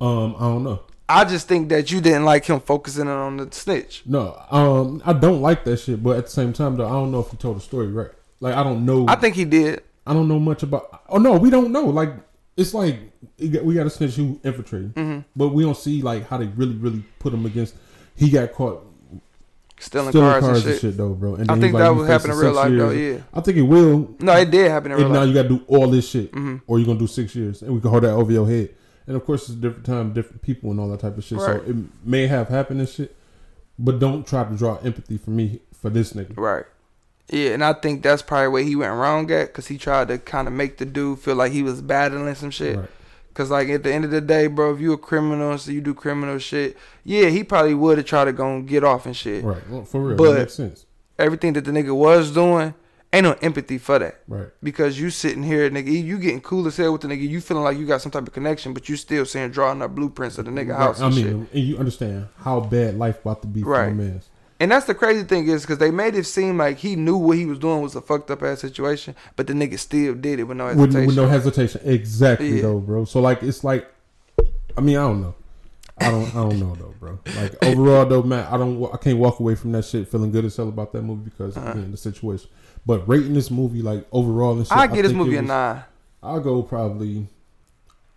Speaker 4: Um, I don't know.
Speaker 3: I just think that you didn't like him focusing on the snitch.
Speaker 4: No, um, I don't like that shit. But at the same time, though, I don't know if he told the story right. Like, I don't know.
Speaker 3: I think he did.
Speaker 4: I don't know much about. Oh no, we don't know. Like, it's like we got- we got a snitch who infiltrated,
Speaker 3: Mm-hmm.
Speaker 4: but we don't see like how they really, really put him against. He got caught
Speaker 3: Stealing,
Speaker 4: stealing
Speaker 3: cars, and shit.
Speaker 4: though, bro. And
Speaker 3: I
Speaker 4: then
Speaker 3: think
Speaker 4: he's like,
Speaker 3: that
Speaker 4: you
Speaker 3: would happen
Speaker 4: facing
Speaker 3: in real
Speaker 4: six
Speaker 3: life, though,
Speaker 4: years.
Speaker 3: yeah.
Speaker 4: I think it will.
Speaker 3: No, it did happen in real
Speaker 4: and now
Speaker 3: life.
Speaker 4: you got to do all this shit,
Speaker 3: Mm-hmm.
Speaker 4: or you're gonna do six years, and we can hold that over your head. And of course, it's a different time, different people, and all that type of shit.
Speaker 3: Right.
Speaker 4: So it may have happened and shit, but don't try to draw empathy for me for this nigga.
Speaker 3: Right. Yeah, and I think that's probably where he went wrong at because he tried to kind of make the dude feel like he was battling some shit.
Speaker 4: Right.
Speaker 3: Because, like, at the end of the day, bro, if you a criminal, so you do criminal shit, yeah, he probably would have tried to go and get off and shit.
Speaker 4: Right, well, for real,
Speaker 3: But-
Speaker 4: that makes sense.
Speaker 3: Everything that the nigga was doing, ain't no empathy for that.
Speaker 4: Right,
Speaker 3: Because you sitting here, nigga, you getting cool as hell with the nigga, you feeling like you got some type of connection, but you still saying drawing up blueprints of the nigga house
Speaker 4: Right, I
Speaker 3: and
Speaker 4: mean,
Speaker 3: shit.
Speaker 4: and you understand how bad life about to be
Speaker 3: Right.
Speaker 4: for the man.
Speaker 3: And that's the crazy thing is because they made it seem like he knew what he was doing was a fucked up ass situation, but the nigga still did it with no
Speaker 4: With,
Speaker 3: hesitation.
Speaker 4: with no hesitation, exactly
Speaker 3: Yeah.
Speaker 4: though, bro. So like, it's like, I mean, I don't know, I don't, I don't know though, bro. Like overall though, man, I don't, wa- I can't walk away from that shit feeling good as hell about that movie because
Speaker 3: Uh-huh.
Speaker 4: again, the situation. But rating this movie like overall and shit,
Speaker 3: I get this
Speaker 4: think it
Speaker 3: movie a
Speaker 4: was-
Speaker 3: nine,
Speaker 4: I'll go probably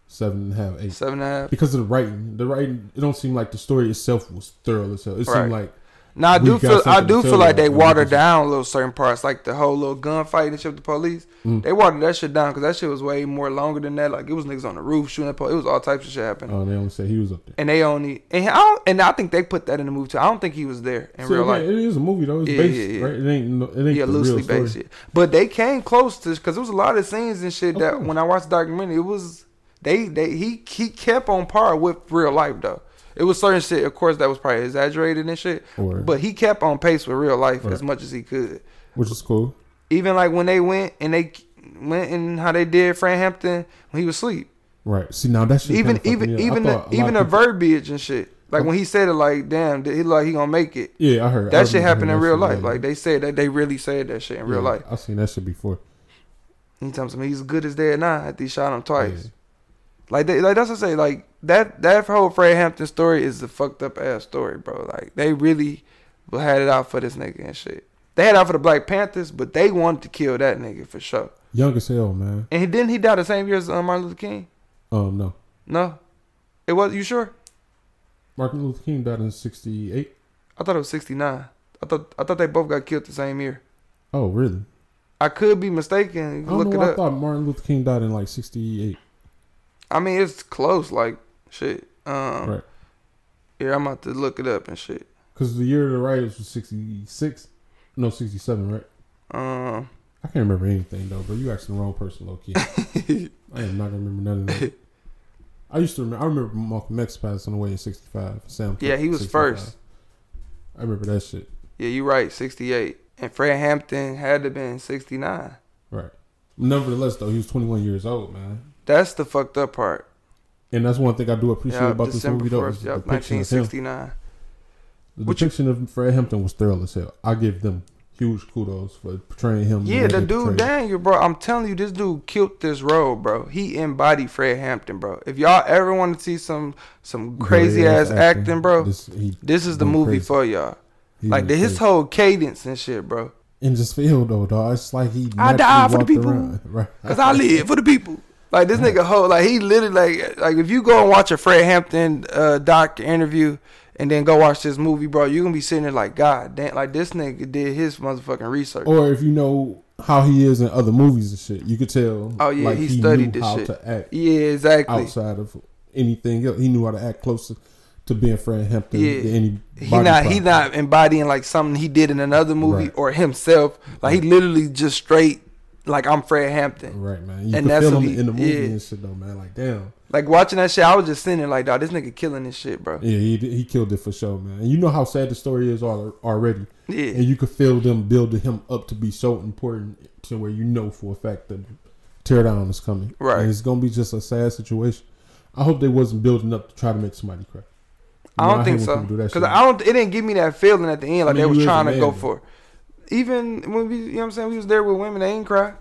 Speaker 4: seven and a half, eight.
Speaker 3: seven and a half.
Speaker 4: Because of the writing, the writing, it don't seem like the story itself was thorough as hell. It
Speaker 3: Right.
Speaker 4: seemed like
Speaker 3: Now I
Speaker 4: We
Speaker 3: do
Speaker 4: got
Speaker 3: feel I
Speaker 4: something
Speaker 3: do
Speaker 4: to
Speaker 3: feel
Speaker 4: tell
Speaker 3: like they
Speaker 4: y'all,
Speaker 3: watered
Speaker 4: niggas.
Speaker 3: down little certain parts, like the whole little gunfight and shit with the police.
Speaker 4: Mm.
Speaker 3: They watered that shit down because that shit was way more longer than that. Like it was niggas on the roof shooting at po- it was all types of shit happening.
Speaker 4: oh, they only said he was up there.
Speaker 3: and they only and I don't, and I think they put that in the movie too. I don't think he was there in
Speaker 4: So,
Speaker 3: real
Speaker 4: yeah,
Speaker 3: life.
Speaker 4: It is a movie though. It's
Speaker 3: Yeah,
Speaker 4: based,
Speaker 3: yeah, yeah.
Speaker 4: right? It ain't. no- It ain't
Speaker 3: Yeah,
Speaker 4: the
Speaker 3: loosely
Speaker 4: real story.
Speaker 3: based. Yeah. But they came close to because there was a lot of scenes and shit
Speaker 4: Of
Speaker 3: that
Speaker 4: course.
Speaker 3: when I watched the documentary, it was they they he he kept on par with real life though. It was certain shit, of course, that was probably exaggerated and shit.
Speaker 4: Word.
Speaker 3: But he kept on pace with real life
Speaker 4: Right.
Speaker 3: as much as he could.
Speaker 4: which is cool.
Speaker 3: Even like when they went and they went and how they did Fran Hampton when he was asleep.
Speaker 4: Right. See now that shit.
Speaker 3: Even
Speaker 4: kinda fucked
Speaker 3: even
Speaker 4: me up. I
Speaker 3: even the,
Speaker 4: thought a lot
Speaker 3: even
Speaker 4: of
Speaker 3: the
Speaker 4: people-
Speaker 3: verbiage and shit. Like when he said it, like damn, he like he gonna make it.
Speaker 4: Yeah, I heard I
Speaker 3: That shit
Speaker 4: remember
Speaker 3: happened in
Speaker 4: hearing that
Speaker 3: real
Speaker 4: shit,
Speaker 3: life.
Speaker 4: yeah.
Speaker 3: Like they said that they really said that shit in real
Speaker 4: Yeah,
Speaker 3: life.
Speaker 4: I seen that shit before.
Speaker 3: He tells me he's good as dead now. After he shot him twice,
Speaker 4: Yeah.
Speaker 3: like they, like that's what I say. Like that that whole Fred Hampton story is a fucked up ass story, bro. Like they really had it out for this nigga and shit. They had it out for the Black Panthers, but they wanted to kill that nigga for sure.
Speaker 4: Young as hell, man.
Speaker 3: And he, didn't he die the same year as um, Martin Luther King?
Speaker 4: Um, no,
Speaker 3: No, it was. You sure?
Speaker 4: Martin Luther King died in '68.
Speaker 3: I thought it was sixty nine. I thought I thought they both got killed the same year.
Speaker 4: Oh, really?
Speaker 3: I could be mistaken. You
Speaker 4: I
Speaker 3: can
Speaker 4: don't
Speaker 3: look
Speaker 4: know.
Speaker 3: it
Speaker 4: Why I
Speaker 3: up.
Speaker 4: thought Martin Luther King died in like '68.
Speaker 3: I mean, it's close. Like shit. Um,
Speaker 4: Right.
Speaker 3: Yeah, I'm about to look it up and shit.
Speaker 4: Because the year of the riots was '66. No, '67. Right.
Speaker 3: Um.
Speaker 4: I can't remember anything though, bro. You asking the wrong person, low key. I am not gonna remember none of that. I used to remember. I remember Malcolm X passing away in '65. Sam.
Speaker 3: Yeah, he was
Speaker 4: 65.
Speaker 3: first.
Speaker 4: I remember that shit.
Speaker 3: Yeah, you're right, 68. And Fred Hampton had to been 69.
Speaker 4: Right. Nevertheless, though, he was 21 years old, man.
Speaker 3: That's the fucked up part.
Speaker 4: And that's one thing I do appreciate
Speaker 3: Yeah,
Speaker 4: about
Speaker 3: December
Speaker 4: this movie, though. is
Speaker 3: 1st,
Speaker 4: the Mm-hmm.
Speaker 3: yeah,
Speaker 4: depiction of him.
Speaker 3: 1969.
Speaker 4: The
Speaker 3: What you-
Speaker 4: depiction of Fred Hampton was thorough as hell. I give them huge kudos for portraying him. the
Speaker 3: Yeah,
Speaker 4: way
Speaker 3: the
Speaker 4: they
Speaker 3: dude
Speaker 4: portrayed him.
Speaker 3: Daniel, bro. I'm telling you, this dude killed this role, bro. He embodied Fred Hampton, bro. If y'all ever want to see some some crazy
Speaker 4: Great
Speaker 3: ass acting, bro, this,
Speaker 4: This, he,
Speaker 3: is the
Speaker 4: doing
Speaker 3: movie
Speaker 4: crazy.
Speaker 3: for y'all.
Speaker 4: he
Speaker 3: like the,
Speaker 4: doing
Speaker 3: his
Speaker 4: crazy.
Speaker 3: whole cadence and shit, bro.
Speaker 4: in this field though, dog. It's like he.
Speaker 3: I
Speaker 4: naturally
Speaker 3: die for the
Speaker 4: walked
Speaker 3: people.
Speaker 4: around, right?
Speaker 3: Cause I live for the people. Like this nigga whole like he literally like like if you go and watch a Fred Hampton uh doc interview and then go watch this movie, bro, you gonna be sitting there like, God damn like this nigga did his motherfucking research.
Speaker 4: Or if you know how he is in other movies and shit, you could tell.
Speaker 3: Oh, yeah,
Speaker 4: like,
Speaker 3: he
Speaker 4: knew
Speaker 3: studied this
Speaker 4: how
Speaker 3: shit.
Speaker 4: to act
Speaker 3: yeah, exactly.
Speaker 4: outside of anything else. He knew how to act closer to being Fred Hampton
Speaker 3: Yeah.
Speaker 4: than any.
Speaker 3: He
Speaker 4: body
Speaker 3: not he
Speaker 4: part.
Speaker 3: not embodying like something he did in another movie
Speaker 4: Right.
Speaker 3: or himself. Like he literally just straight like I'm Fred Hampton.
Speaker 4: Right, man. You
Speaker 3: And
Speaker 4: can
Speaker 3: that's
Speaker 4: feel
Speaker 3: what
Speaker 4: him
Speaker 3: he-
Speaker 4: in the movie
Speaker 3: yeah.
Speaker 4: and shit, though, man. Like, damn.
Speaker 3: Like watching that shit, I was just sitting there like, dog, this nigga killing this shit, bro.
Speaker 4: Yeah, he, he killed it for sure, man. And you know how sad the story is al- already.
Speaker 3: Yeah.
Speaker 4: And you could feel them building him up to be so important to where you know for a fact that teardown is coming.
Speaker 3: Right.
Speaker 4: And it's going to be just a sad situation. I hope they wasn't building up to try to make somebody cry.
Speaker 3: I
Speaker 4: You know,
Speaker 3: don't think
Speaker 4: hate when
Speaker 3: so.
Speaker 4: people do that
Speaker 3: Because
Speaker 4: shit.
Speaker 3: I don't. It didn't give me that feeling at the end like
Speaker 4: mean,
Speaker 3: they
Speaker 4: you
Speaker 3: was
Speaker 4: is a
Speaker 3: trying to
Speaker 4: man,
Speaker 3: go
Speaker 4: though.
Speaker 3: for. it. Even when we, you know what I'm saying, we was there with women, they ain't cry.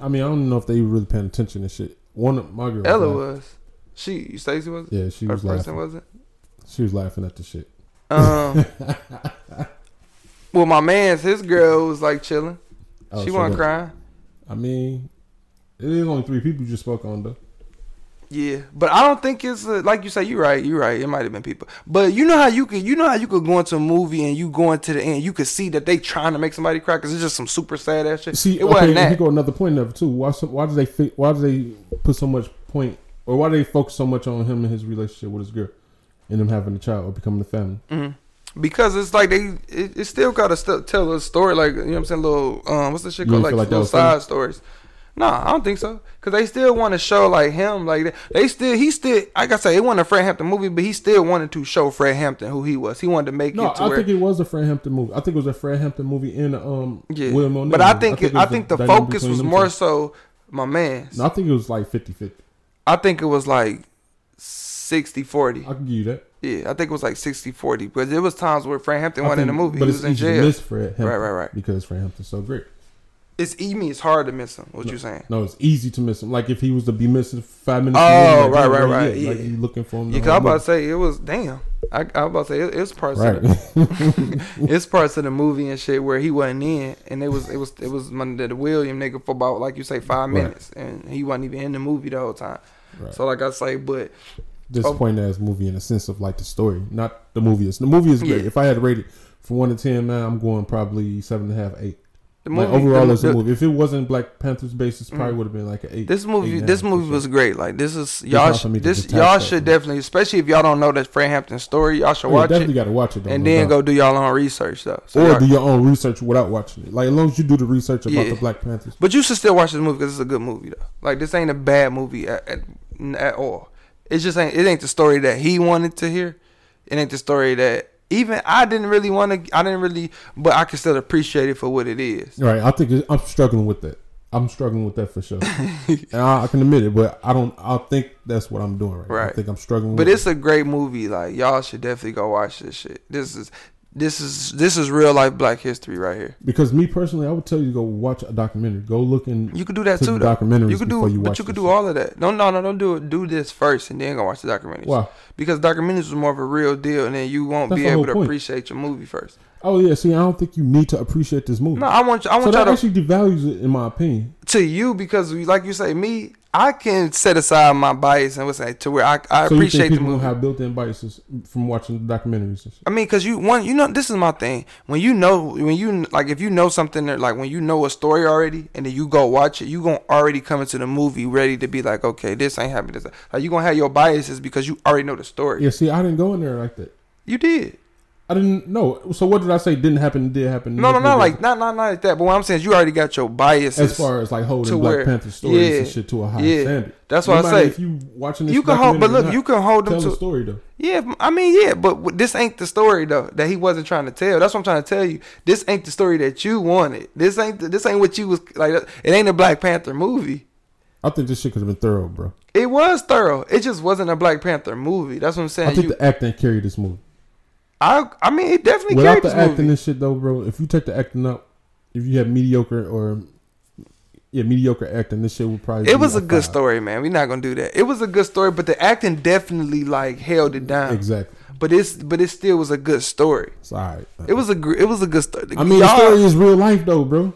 Speaker 4: I mean, I don't know if they were really paying attention to shit. One of my girls.
Speaker 3: Ella
Speaker 4: laughed.
Speaker 3: was. She, Stacy was.
Speaker 4: Yeah, she
Speaker 3: Her
Speaker 4: was
Speaker 3: person
Speaker 4: laughing.
Speaker 3: wasn't.
Speaker 4: She was laughing at the shit.
Speaker 3: Um. well, my man's his girl was like chilling.
Speaker 4: Oh,
Speaker 3: she wasn't
Speaker 4: that-
Speaker 3: crying.
Speaker 4: I mean, it is only three people you just spoke on, though.
Speaker 3: Yeah, but I don't think it's uh like you say. You're right. You're right. It might have been people, but you know how you could, you know how you could go into a movie and you go into the end, you could see that they trying to make somebody cry because it's just some super sad ass shit.
Speaker 4: See,
Speaker 3: it wasn't
Speaker 4: okay, here
Speaker 3: that.
Speaker 4: go another point of it too. Why? So, why do they? fi- Why do they put so much point, or why do they focus so much on him and his relationship with his girl, and them having a child or becoming a family?
Speaker 3: Mhm. Because it's like they, it, it still gotta st- tell a story. Like you know what I'm saying, little um, what's the shit
Speaker 4: You
Speaker 3: called?
Speaker 4: didn't
Speaker 3: Like,
Speaker 4: feel like that
Speaker 3: little
Speaker 4: was funny?
Speaker 3: side stories. Nah, I don't think so. Cause they still want to show like him, like they, they still he still like I say it wasn't a Fred Hampton movie, but he still wanted to show Fred Hampton who he was. He wanted to make
Speaker 4: No,
Speaker 3: it to
Speaker 4: I
Speaker 3: where
Speaker 4: think it was a Fred Hampton movie. I think it was a Fred Hampton movie and a, um
Speaker 3: Yeah,
Speaker 4: William O'Neill.
Speaker 3: but I think it-
Speaker 4: it was
Speaker 3: I think the
Speaker 4: dynamic
Speaker 3: focus
Speaker 4: between
Speaker 3: was
Speaker 4: them
Speaker 3: more
Speaker 4: two.
Speaker 3: so my man's.
Speaker 4: No, I think it was like 50-50.
Speaker 3: I think it was like 60 40.
Speaker 4: I can give you that.
Speaker 3: Yeah, I think it was like 60 40. But there was times where Frank Hampton
Speaker 4: I
Speaker 3: wasn't in the
Speaker 4: think-
Speaker 3: movie.
Speaker 4: but
Speaker 3: he
Speaker 4: it's
Speaker 3: was in
Speaker 4: easy to
Speaker 3: jail.
Speaker 4: miss Fred Hampton,
Speaker 3: Right, right, right.
Speaker 4: Because Fred Hampton's so great.
Speaker 3: It's e, I mean, it's hard to miss him. What you saying?
Speaker 4: No, it's easy to miss him. Like if he was to be missing five minutes.
Speaker 3: Oh,
Speaker 4: in,
Speaker 3: right, right,
Speaker 4: damn, where he
Speaker 3: right,
Speaker 4: at? Like
Speaker 3: yeah.
Speaker 4: you looking for him. the
Speaker 3: Yeah, 'cause
Speaker 4: whole
Speaker 3: I was about to
Speaker 4: movie.
Speaker 3: say it was damn. I, I was about to say it, it's parts of the,
Speaker 4: Right.
Speaker 3: it's parts of the movie and shit where he wasn't in, and it was it was it was under the William nigga for about like you say five
Speaker 4: Right.
Speaker 3: minutes, and he wasn't even in the movie the whole time.
Speaker 4: Right.
Speaker 3: So like I say, but Oh.
Speaker 4: disappointing ass movie in the sense of like the story, not the movie. It's the movie is great.
Speaker 3: Yeah.
Speaker 4: If I had to rate it from one to ten, man, I'm going probably seven and a half, eight.
Speaker 3: the Mm.
Speaker 4: like overall, it's a movie. If it wasn't Black Panther's basis, probably would have been like an eight.
Speaker 3: This
Speaker 4: eight
Speaker 3: movie,
Speaker 4: and a
Speaker 3: this
Speaker 4: half for
Speaker 3: movie
Speaker 4: sure.
Speaker 3: was great. Like this is y'all,
Speaker 4: hard
Speaker 3: sh-
Speaker 4: for me to
Speaker 3: this
Speaker 4: detach
Speaker 3: y'all
Speaker 4: that
Speaker 3: should
Speaker 4: from it. Oh,
Speaker 3: definitely, especially if y'all don't know that Fred Hampton story, y'all should
Speaker 4: Yeah,
Speaker 3: watch it
Speaker 4: definitely got to watch it though,
Speaker 3: and
Speaker 4: no
Speaker 3: then
Speaker 4: doubt.
Speaker 3: go do y'all own research though. So
Speaker 4: or
Speaker 3: y'all-
Speaker 4: do your own research without watching it. Like as long as you do the research about
Speaker 3: Yeah.
Speaker 4: the Black Panthers,
Speaker 3: but you should still watch this movie because it's a good movie though. Like this ain't a bad movie at, at, at all. It just ain't it ain't the story that he wanted to hear. It ain't the story that even I didn't really want to. I didn't really, but I can still appreciate it for what it is.
Speaker 4: right? I think it, I'm struggling with that. I'm struggling with that for sure, and I, I can admit it. But I don't. I think that's what I'm doing right. now. I
Speaker 3: Right.
Speaker 4: think I'm struggling.
Speaker 3: But
Speaker 4: with
Speaker 3: it's a great movie. Like y'all should definitely go watch this shit. This is this is this is real life Black history right here.
Speaker 4: Because me personally, I would tell you to go watch a documentary. Go look in
Speaker 3: You could do that
Speaker 4: to
Speaker 3: too,
Speaker 4: the
Speaker 3: though.
Speaker 4: documentaries
Speaker 3: You could do,
Speaker 4: before you
Speaker 3: but
Speaker 4: watch
Speaker 3: you could
Speaker 4: this
Speaker 3: do
Speaker 4: shit.
Speaker 3: all of that. No, no, no, don't do it. Do this first, and then go watch the documentaries.
Speaker 4: Why?
Speaker 3: Because documentaries is more of a real deal, and then you won't
Speaker 4: That's
Speaker 3: be
Speaker 4: the
Speaker 3: able
Speaker 4: whole
Speaker 3: to
Speaker 4: point.
Speaker 3: appreciate your movie first.
Speaker 4: Oh yeah. See, I don't think you need to appreciate this movie.
Speaker 3: No, I want, you- I
Speaker 4: so
Speaker 3: want
Speaker 4: that
Speaker 3: y'all to,
Speaker 4: actually devalues it, in my opinion.
Speaker 3: to you because, we- like you say, me, I can set aside my bias and what's that to where I, I
Speaker 4: so
Speaker 3: appreciate
Speaker 4: you
Speaker 3: the
Speaker 4: think people
Speaker 3: movie.
Speaker 4: have built-in biases from watching the documentaries. And shit.
Speaker 3: I mean, cause you one, you know, this is my thing. When you know, when you like, if you know something, that, like when you know a story already, and then you go watch it, you gonna already come into the movie ready to be like, okay, this ain't happening. This ain't- like you gonna have your biases because you already know the story.
Speaker 4: Yeah. See, I didn't go in there like that.
Speaker 3: You did.
Speaker 4: I didn't know. So what did I say? Didn't happen. Did happen.
Speaker 3: No, no,
Speaker 4: This
Speaker 3: not
Speaker 4: movie-
Speaker 3: like not, not, not like that. But what I'm saying is, you already got your biases.
Speaker 4: as far as like
Speaker 3: to
Speaker 4: holding
Speaker 3: where-
Speaker 4: Black Panther stories and
Speaker 3: yeah,
Speaker 4: shit to a high
Speaker 3: yeah.
Speaker 4: standard.
Speaker 3: That's
Speaker 4: No
Speaker 3: what I
Speaker 4: matter
Speaker 3: say.
Speaker 4: If you watching this,
Speaker 3: you can hold, but
Speaker 4: documentary or
Speaker 3: look,
Speaker 4: not,
Speaker 3: you can hold them
Speaker 4: tell the
Speaker 3: to.
Speaker 4: story though.
Speaker 3: Yeah, I mean, yeah, but w- this ain't the story though that he wasn't trying to tell. That's what I'm trying to tell you. This ain't the story that you wanted. This ain't the- this ain't what you was like. It ain't a Black Panther movie.
Speaker 4: I think this shit could have been thorough, bro.
Speaker 3: It was thorough. It just wasn't a Black Panther movie. That's what I'm
Speaker 4: I
Speaker 3: saying.
Speaker 4: think
Speaker 3: You,
Speaker 4: the acting carried this movie.
Speaker 3: I, I mean, it definitely
Speaker 4: Without
Speaker 3: carried
Speaker 4: the
Speaker 3: this
Speaker 4: acting
Speaker 3: movie.
Speaker 4: and shit though, bro, if you take the acting out, if you had mediocre or yeah mediocre acting, this shit would probably.
Speaker 3: It
Speaker 4: be
Speaker 3: was a good
Speaker 4: five.
Speaker 3: story, man. We're not gonna do that. It was a good story, but the acting definitely like held it down.
Speaker 4: Exactly.
Speaker 3: But it's but it still was a good story.
Speaker 4: It's all right.
Speaker 3: It was a gr- it was a good story.
Speaker 4: I mean, the
Speaker 3: Y'all-
Speaker 4: story is real life though, bro.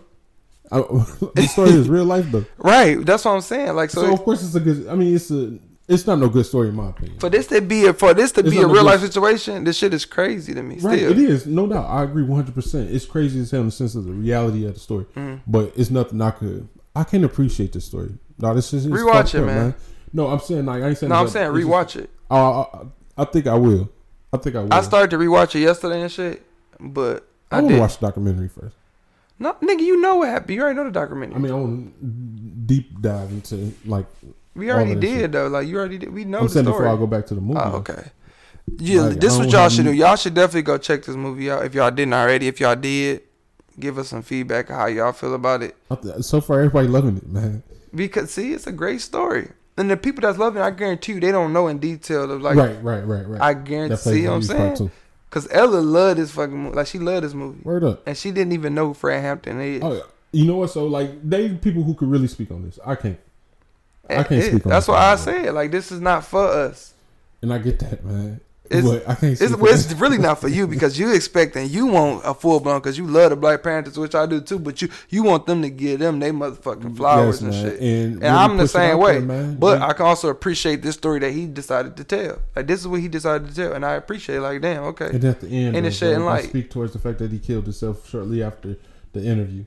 Speaker 4: I, the story is real life though.
Speaker 3: right. That's what I'm saying. Like
Speaker 4: So,
Speaker 3: so.
Speaker 4: of course it's a good. I mean, it's a. It's not no good story in my opinion.
Speaker 3: for this to be a for this to
Speaker 4: It's
Speaker 3: be
Speaker 4: not
Speaker 3: a
Speaker 4: no
Speaker 3: real
Speaker 4: good-
Speaker 3: life situation, this shit is crazy to me.
Speaker 4: Right,
Speaker 3: still,
Speaker 4: it is no doubt. I agree one hundred percent. It's crazy as hell in the sense of the reality of the story,
Speaker 3: Mm-hmm.
Speaker 4: but it's nothing I could. I can appreciate this story. No, this is it's
Speaker 3: Rewatch
Speaker 4: fucked
Speaker 3: it,
Speaker 4: up,
Speaker 3: man.
Speaker 4: No, I'm saying like I ain't saying.
Speaker 3: no, I'm
Speaker 4: that-
Speaker 3: saying
Speaker 4: it's just-
Speaker 3: rewatch it.
Speaker 4: Oh, I, I, I think I will. I think I will.
Speaker 3: I started to rewatch it yesterday and shit, but
Speaker 4: I
Speaker 3: I,
Speaker 4: want to
Speaker 3: did.
Speaker 4: watch the documentary first.
Speaker 3: No, nigga, you know what happened. You already know the documentary.
Speaker 4: I mean, I want to deep dive into like.
Speaker 3: we
Speaker 4: all
Speaker 3: already
Speaker 4: that
Speaker 3: did
Speaker 4: shit.
Speaker 3: though. Like you already did. We know
Speaker 4: I'm
Speaker 3: the
Speaker 4: saying
Speaker 3: story.
Speaker 4: before I go back to the movie.
Speaker 3: Oh, okay. Yeah,
Speaker 4: Like,
Speaker 3: this
Speaker 4: I
Speaker 3: what
Speaker 4: don't
Speaker 3: y'all
Speaker 4: have
Speaker 3: should do.
Speaker 4: any-
Speaker 3: Y'all should definitely go check this movie out if y'all didn't already. If y'all did, give us some feedback of how y'all feel about it.
Speaker 4: I th- so far, everybody loving it, man.
Speaker 3: Because see, it's a great story, and the people that's loving, it, I guarantee you, they don't know in detail of like.
Speaker 4: right, right, right, right.
Speaker 3: I
Speaker 4: That
Speaker 3: guarantee,
Speaker 4: plays
Speaker 3: see what I'm
Speaker 4: into part
Speaker 3: saying?
Speaker 4: two.
Speaker 3: Because Ella loved this fucking movie. Like, she loved this movie.
Speaker 4: Word up.
Speaker 3: And she didn't even know Fred Hampton is.
Speaker 4: Oh, yeah. You know what? So like, they people who could really speak on this. I can't. I can't
Speaker 3: It-
Speaker 4: speak on
Speaker 3: That's
Speaker 4: this
Speaker 3: why I
Speaker 4: one,
Speaker 3: said, like, this is not for us.
Speaker 4: And I get that, man.
Speaker 3: It's-
Speaker 4: but I can't.
Speaker 3: It's,
Speaker 4: speak on
Speaker 3: well, it's
Speaker 4: that.
Speaker 3: really not for you because you expecting you want a full blown because you love the Black Panthers, which I do too. But you you want them to give them they motherfucking flowers
Speaker 4: Yes,
Speaker 3: and
Speaker 4: man.
Speaker 3: shit.
Speaker 4: And,
Speaker 3: And
Speaker 4: really
Speaker 3: I'm the
Speaker 4: push it
Speaker 3: same
Speaker 4: out
Speaker 3: way,
Speaker 4: there, man.
Speaker 3: but
Speaker 4: Yeah.
Speaker 3: I can also appreciate this story that he decided to tell. Like this is what he decided to tell, and I appreciate. it. Like damn, okay,
Speaker 4: and at the end,
Speaker 3: and
Speaker 4: though,
Speaker 3: it's shedding
Speaker 4: bro, I
Speaker 3: light.
Speaker 4: speak towards the fact that he killed himself shortly after the interview.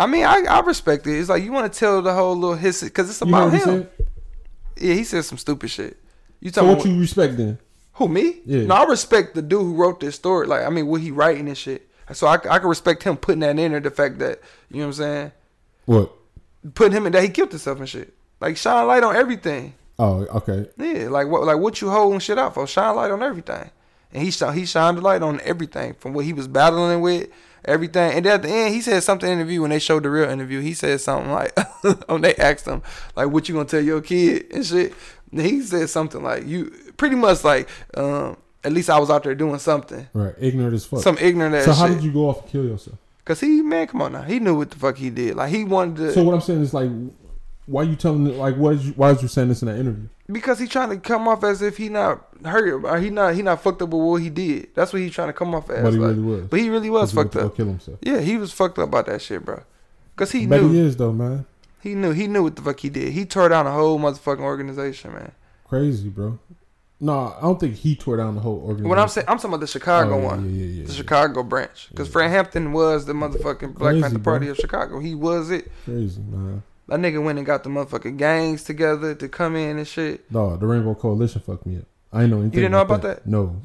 Speaker 3: I mean, I, I respect it. It's like you want to tell the whole little history because it's
Speaker 4: You know
Speaker 3: about
Speaker 4: what he
Speaker 3: him.
Speaker 4: said?
Speaker 3: Yeah, he said some stupid shit. You
Speaker 4: So
Speaker 3: talking
Speaker 4: what
Speaker 3: about
Speaker 4: you respect then?
Speaker 3: who me?
Speaker 4: Yeah.
Speaker 3: No, I respect the dude who wrote this story. Like, I mean, what he writing and shit. So I, I can respect him putting that in there. The fact that you know what I'm saying,
Speaker 4: What?
Speaker 3: putting him in that he killed himself and shit. Like shine light on everything.
Speaker 4: Oh, okay.
Speaker 3: Yeah, like what like what you holding shit out for? Shine light on everything. And he shone he shined the light on everything from what he was battling with, everything. And then at the end, he said something in the interview when they showed the real interview. He said something like, when they asked him like, "What you gonna tell your kid and shit?" And he said something like, "You pretty much like, um, at least I was out there doing something,
Speaker 4: Right. Ignorant as fuck.
Speaker 3: some ignorant ass
Speaker 4: so how
Speaker 3: shit."
Speaker 4: did you go off and kill yourself?
Speaker 3: Cause he man, come on now, he knew what the fuck he did. Like he wanted to.
Speaker 4: So what I'm saying is like, why you telling it? Like, what is you, why is you saying this in that interview?
Speaker 3: Because he trying to come off as if he not hurt or he not he not fucked up with what he did. That's what he trying to come off as.
Speaker 4: But he
Speaker 3: like.
Speaker 4: really was.
Speaker 3: But he really was
Speaker 4: 'Cause he
Speaker 3: fucked
Speaker 4: went to go
Speaker 3: up.
Speaker 4: Kill himself.
Speaker 3: Yeah, he was fucked up about that shit, bro. Cause he
Speaker 4: But he
Speaker 3: knew
Speaker 4: is though, man.
Speaker 3: he knew he knew what the fuck he did. He tore down a whole motherfucking organization, man.
Speaker 4: Crazy, bro. No, I don't think he tore down the whole organization.
Speaker 3: What I'm saying, I'm talking about the Chicago
Speaker 4: Oh, yeah,
Speaker 3: one,
Speaker 4: yeah, yeah, yeah,
Speaker 3: the
Speaker 4: yeah.
Speaker 3: Chicago branch. Cause Fred Hampton was the motherfucking Black
Speaker 4: Crazy,
Speaker 3: Panther
Speaker 4: bro.
Speaker 3: Party of Chicago. He was it.
Speaker 4: Crazy, man.
Speaker 3: That nigga went and got the motherfucking gangs together to come in and shit.
Speaker 4: No, the Rainbow Coalition fucked me up. I ain't know anything.
Speaker 3: didn't know about that?
Speaker 4: No,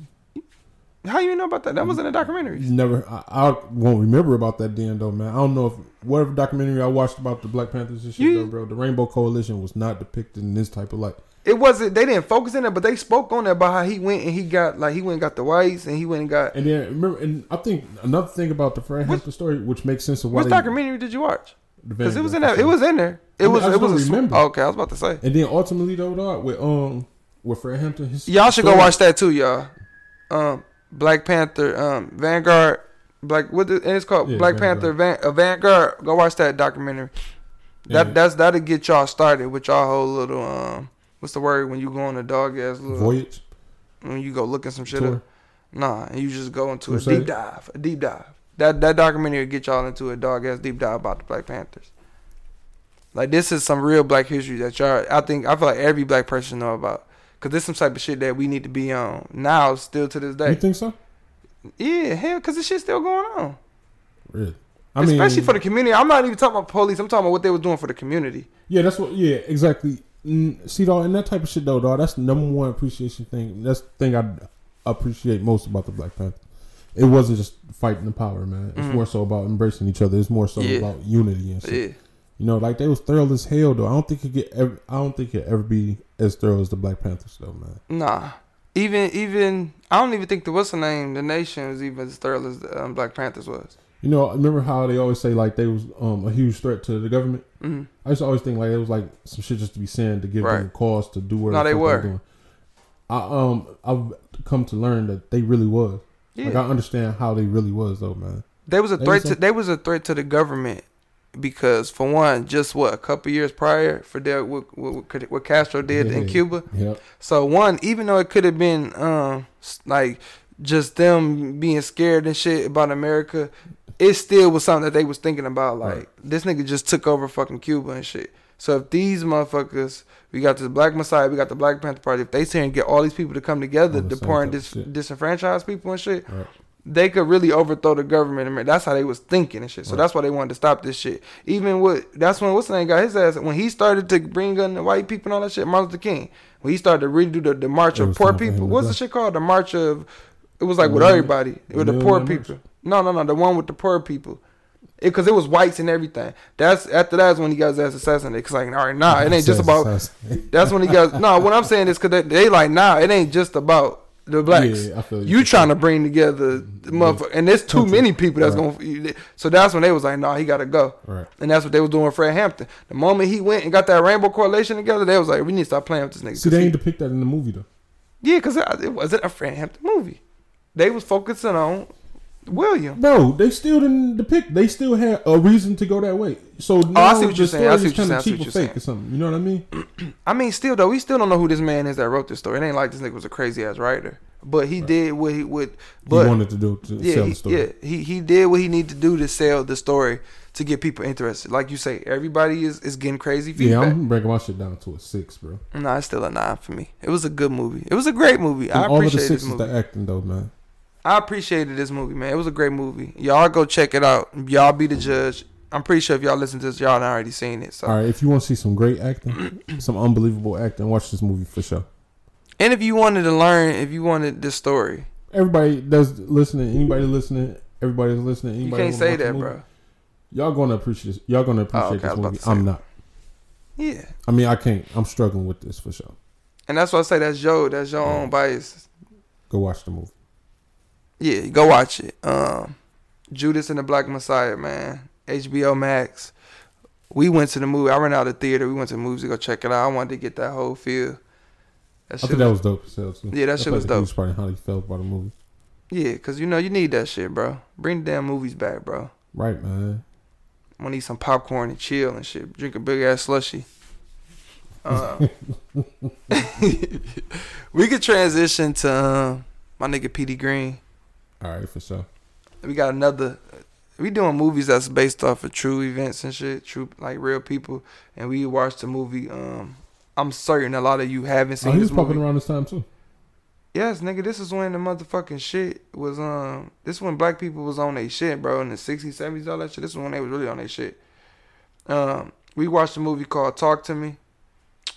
Speaker 3: How you know about that? That was in the documentary.
Speaker 4: You never. I, I won't remember about that then, though, man. I don't know if whatever documentary I watched about the Black Panthers and shit,
Speaker 3: You-
Speaker 4: though, bro. The Rainbow Coalition was not depicted in this type of like.
Speaker 3: it wasn't they didn't focus in it, but they spoke on it about how he went and he got like he went and got the whites and he went and got
Speaker 4: And then remember, and I think another thing about the Fred Hampton story, which makes sense of why
Speaker 3: which
Speaker 4: they-
Speaker 3: documentary did you watch?
Speaker 4: the
Speaker 3: Because it was in
Speaker 4: Vanguard,
Speaker 3: that it was in there. It
Speaker 4: I mean,
Speaker 3: was
Speaker 4: I
Speaker 3: it
Speaker 4: just
Speaker 3: was
Speaker 4: don't
Speaker 3: a sw-
Speaker 4: remember.
Speaker 3: okay. I was about to say
Speaker 4: And then ultimately, though, dog, with um, with Fred Hampton, his
Speaker 3: y'all should go
Speaker 4: story-
Speaker 3: watch that too, y'all. Um, Black Panther, um, Vanguard, Black what the, and it's called
Speaker 4: Yeah,
Speaker 3: Black Panther
Speaker 4: Vanguard.
Speaker 3: Van, uh, Vanguard. Go watch that documentary. That
Speaker 4: Yeah.
Speaker 3: that's that'll get y'all started with y'all whole little um. What's the word when you go on a dog ass little
Speaker 4: voyage.
Speaker 3: when you go looking some shit
Speaker 4: Tour.
Speaker 3: up. Nah, and you just go into a
Speaker 4: Crusade?
Speaker 3: deep dive, a deep dive. That that documentary will get y'all into a dog ass deep dive about the Black Panthers. Like this is some real Black history that y'all. I think I feel like every Black person know about. Cause this some type of shit that we need to be on now, still to this
Speaker 4: You
Speaker 3: day.
Speaker 4: think so?
Speaker 3: Yeah, hell, cause this shit's still going on.
Speaker 4: Really? I
Speaker 3: Especially
Speaker 4: mean,
Speaker 3: for the community. I'm not even talking about police. I'm talking about what they was doing for the community.
Speaker 4: Yeah, that's what. Yeah, exactly. Mm, see, dog, and that type of shit, though, dog. That's the number one appreciation thing. That's the thing I appreciate most about the Black Panther. It wasn't just fighting the power, man. It's
Speaker 3: Mhm.
Speaker 4: more so about embracing each other. It's more so
Speaker 3: Yeah.
Speaker 4: about unity and shit.
Speaker 3: Yeah.
Speaker 4: You know, like they was thorough as hell, though. I don't think it get. Ever, I don't think it ever be as thorough as the Black Panthers, though, man.
Speaker 3: Nah. Even even I don't even think the what's the name the nation was even as thorough as um, Black Panthers was.
Speaker 4: You know, remember how they always say like they was um, a huge threat to the government.
Speaker 3: Mm-hmm.
Speaker 4: I just always think like it was like some shit just to be saying to give them
Speaker 3: Right.
Speaker 4: cause to do what
Speaker 3: No,
Speaker 4: the
Speaker 3: they
Speaker 4: fuck
Speaker 3: were.
Speaker 4: doing. I um I've come to learn that they really was.
Speaker 3: Yeah.
Speaker 4: Like I understand how they really was though, man.
Speaker 3: They was a
Speaker 4: They
Speaker 3: threat.
Speaker 4: was
Speaker 3: To,
Speaker 4: a-
Speaker 3: they was a threat to the government because, for one, just what a couple years prior, Fidel what, what, what Castro did in
Speaker 4: Yeah.
Speaker 3: Cuba.
Speaker 4: Yep.
Speaker 3: So one, even though it could have been um s- like just them being scared and shit about America, it still was something that they was thinking about. Like
Speaker 4: Right.
Speaker 3: this nigga just took over fucking Cuba and shit. So if these motherfuckers, we got this Black Messiah, we got the Black Panther Party. If they sit here and get all these people to come together,
Speaker 4: On the same
Speaker 3: deporting
Speaker 4: type of
Speaker 3: dis-
Speaker 4: shit.
Speaker 3: disenfranchised people and shit,
Speaker 4: Right.
Speaker 3: they could really overthrow the government. Amer- That's how they was thinking and shit. So
Speaker 4: Right.
Speaker 3: that's why they wanted to stop this shit. Even with that's when what's the name got his ass when he started to bring in the white people and all that shit. Martin Luther King when he started to redo the, the march
Speaker 4: It
Speaker 3: of
Speaker 4: was
Speaker 3: poor
Speaker 4: time for him to
Speaker 3: people. What's
Speaker 4: go.
Speaker 3: the shit called? The march of it was like with
Speaker 4: Million-
Speaker 3: everybody with the poor
Speaker 4: Millionaire March?
Speaker 3: people. No, no, no, the one with the poor people. Because it, was whites and everything. That's after that's when he got his ass assassinated. Cause like, all right, nah, it ain't just about. That's when he got. No, what I'm saying is because they, they like, nah, it ain't just about the blacks.
Speaker 4: Yeah, I feel you.
Speaker 3: you trying to bring together the motherfucker, and there's too many people that's gonna. So that's when they was like, nah, he gotta go.
Speaker 4: Right.
Speaker 3: And that's what they was doing with Fred Hampton. The moment he went and got that rainbow correlation together, they was like, we need to stop playing with this nigga.
Speaker 4: See,
Speaker 3: 'Cause
Speaker 4: they
Speaker 3: he-
Speaker 4: ain't depict that in the movie though.
Speaker 3: yeah, because it wasn't a Fred Hampton movie. They was focusing on William.
Speaker 4: No, they still didn't depict. They still had a reason to go that way. So now
Speaker 3: Oh, I see what
Speaker 4: the
Speaker 3: you're saying. I
Speaker 4: story
Speaker 3: see
Speaker 4: is
Speaker 3: what you're
Speaker 4: kinda
Speaker 3: saying. I see
Speaker 4: cheap
Speaker 3: what
Speaker 4: or
Speaker 3: you're
Speaker 4: fake or something. You know what I mean?
Speaker 3: I mean, still though, we still don't know who this man is that wrote this story. It ain't like this nigga was a crazy ass writer, but he did what he would. But
Speaker 4: he wanted to do to
Speaker 3: yeah,
Speaker 4: sell
Speaker 3: he,
Speaker 4: the story.
Speaker 3: yeah, he he did what he needed to do to sell the story to get people interested. Like you say, everybody is is getting crazy
Speaker 4: Yeah,
Speaker 3: feedback.
Speaker 4: I'm breaking my shit down to a six, bro.
Speaker 3: no, it's still a nine for me. It was a good movie. It was a great movie. I
Speaker 4: And all of the
Speaker 3: appreciated
Speaker 4: six
Speaker 3: this
Speaker 4: is
Speaker 3: movie.
Speaker 4: the acting though, man.
Speaker 3: I appreciated this movie, man. It was a great movie. Y'all go check it out. Y'all be the judge. I'm pretty sure if y'all listen to this, y'all done already seen it. So,
Speaker 4: All right, if you want to see some great acting, some unbelievable acting, watch this movie for sure.
Speaker 3: and if you wanted to learn, if you wanted this story,
Speaker 4: Everybody that's listening, anybody listening, everybody's listening.
Speaker 3: you
Speaker 4: Anybody
Speaker 3: can't
Speaker 4: wanna
Speaker 3: say
Speaker 4: watch the
Speaker 3: that,
Speaker 4: movie,
Speaker 3: bro. Oh,
Speaker 4: Y'all gonna appreciate. This. Y'all gonna appreciate
Speaker 3: okay, I was
Speaker 4: this
Speaker 3: about
Speaker 4: movie.
Speaker 3: to say.
Speaker 4: I'm not.
Speaker 3: Yeah,
Speaker 4: I mean, I can't. I'm struggling with this for sure.
Speaker 3: and that's why I say that's your that's your
Speaker 4: Mm.
Speaker 3: own bias.
Speaker 4: Go watch the movie.
Speaker 3: Yeah, go watch it. Um, Judas and the Black Messiah, man. HBO Max. We went to the movie. I ran out of the theater. We went to the movies to go check it out. I wanted to get that whole feel. That
Speaker 4: I
Speaker 3: shit
Speaker 4: think that was dope as hell. Too.
Speaker 3: Yeah, that
Speaker 4: That's
Speaker 3: shit
Speaker 4: like
Speaker 3: was
Speaker 4: the
Speaker 3: dope.
Speaker 4: huge part in how he felt about the movie.
Speaker 3: yeah, because you know you need that shit, bro. Bring the damn movies back, bro.
Speaker 4: Right, man.
Speaker 3: I'm gonna eat some popcorn and chill and shit. Drink a big ass slushy. Um, we could transition to um, my nigga PD Green.
Speaker 4: All right, for sure.
Speaker 3: We got another. We doing movies that's based off of true events and shit, true like real people. And we watched the movie. Um, I'm certain a lot of you haven't
Speaker 4: Oh,
Speaker 3: seen
Speaker 4: he
Speaker 3: this
Speaker 4: was popping
Speaker 3: movie.
Speaker 4: around this time too.
Speaker 3: Yes, nigga, this is when the motherfucking shit was. Um, this when black people was on their shit, bro, in the '60s, '70s, all that shit. This is when they was really on their shit. Um, we watched a movie called Talk to Me.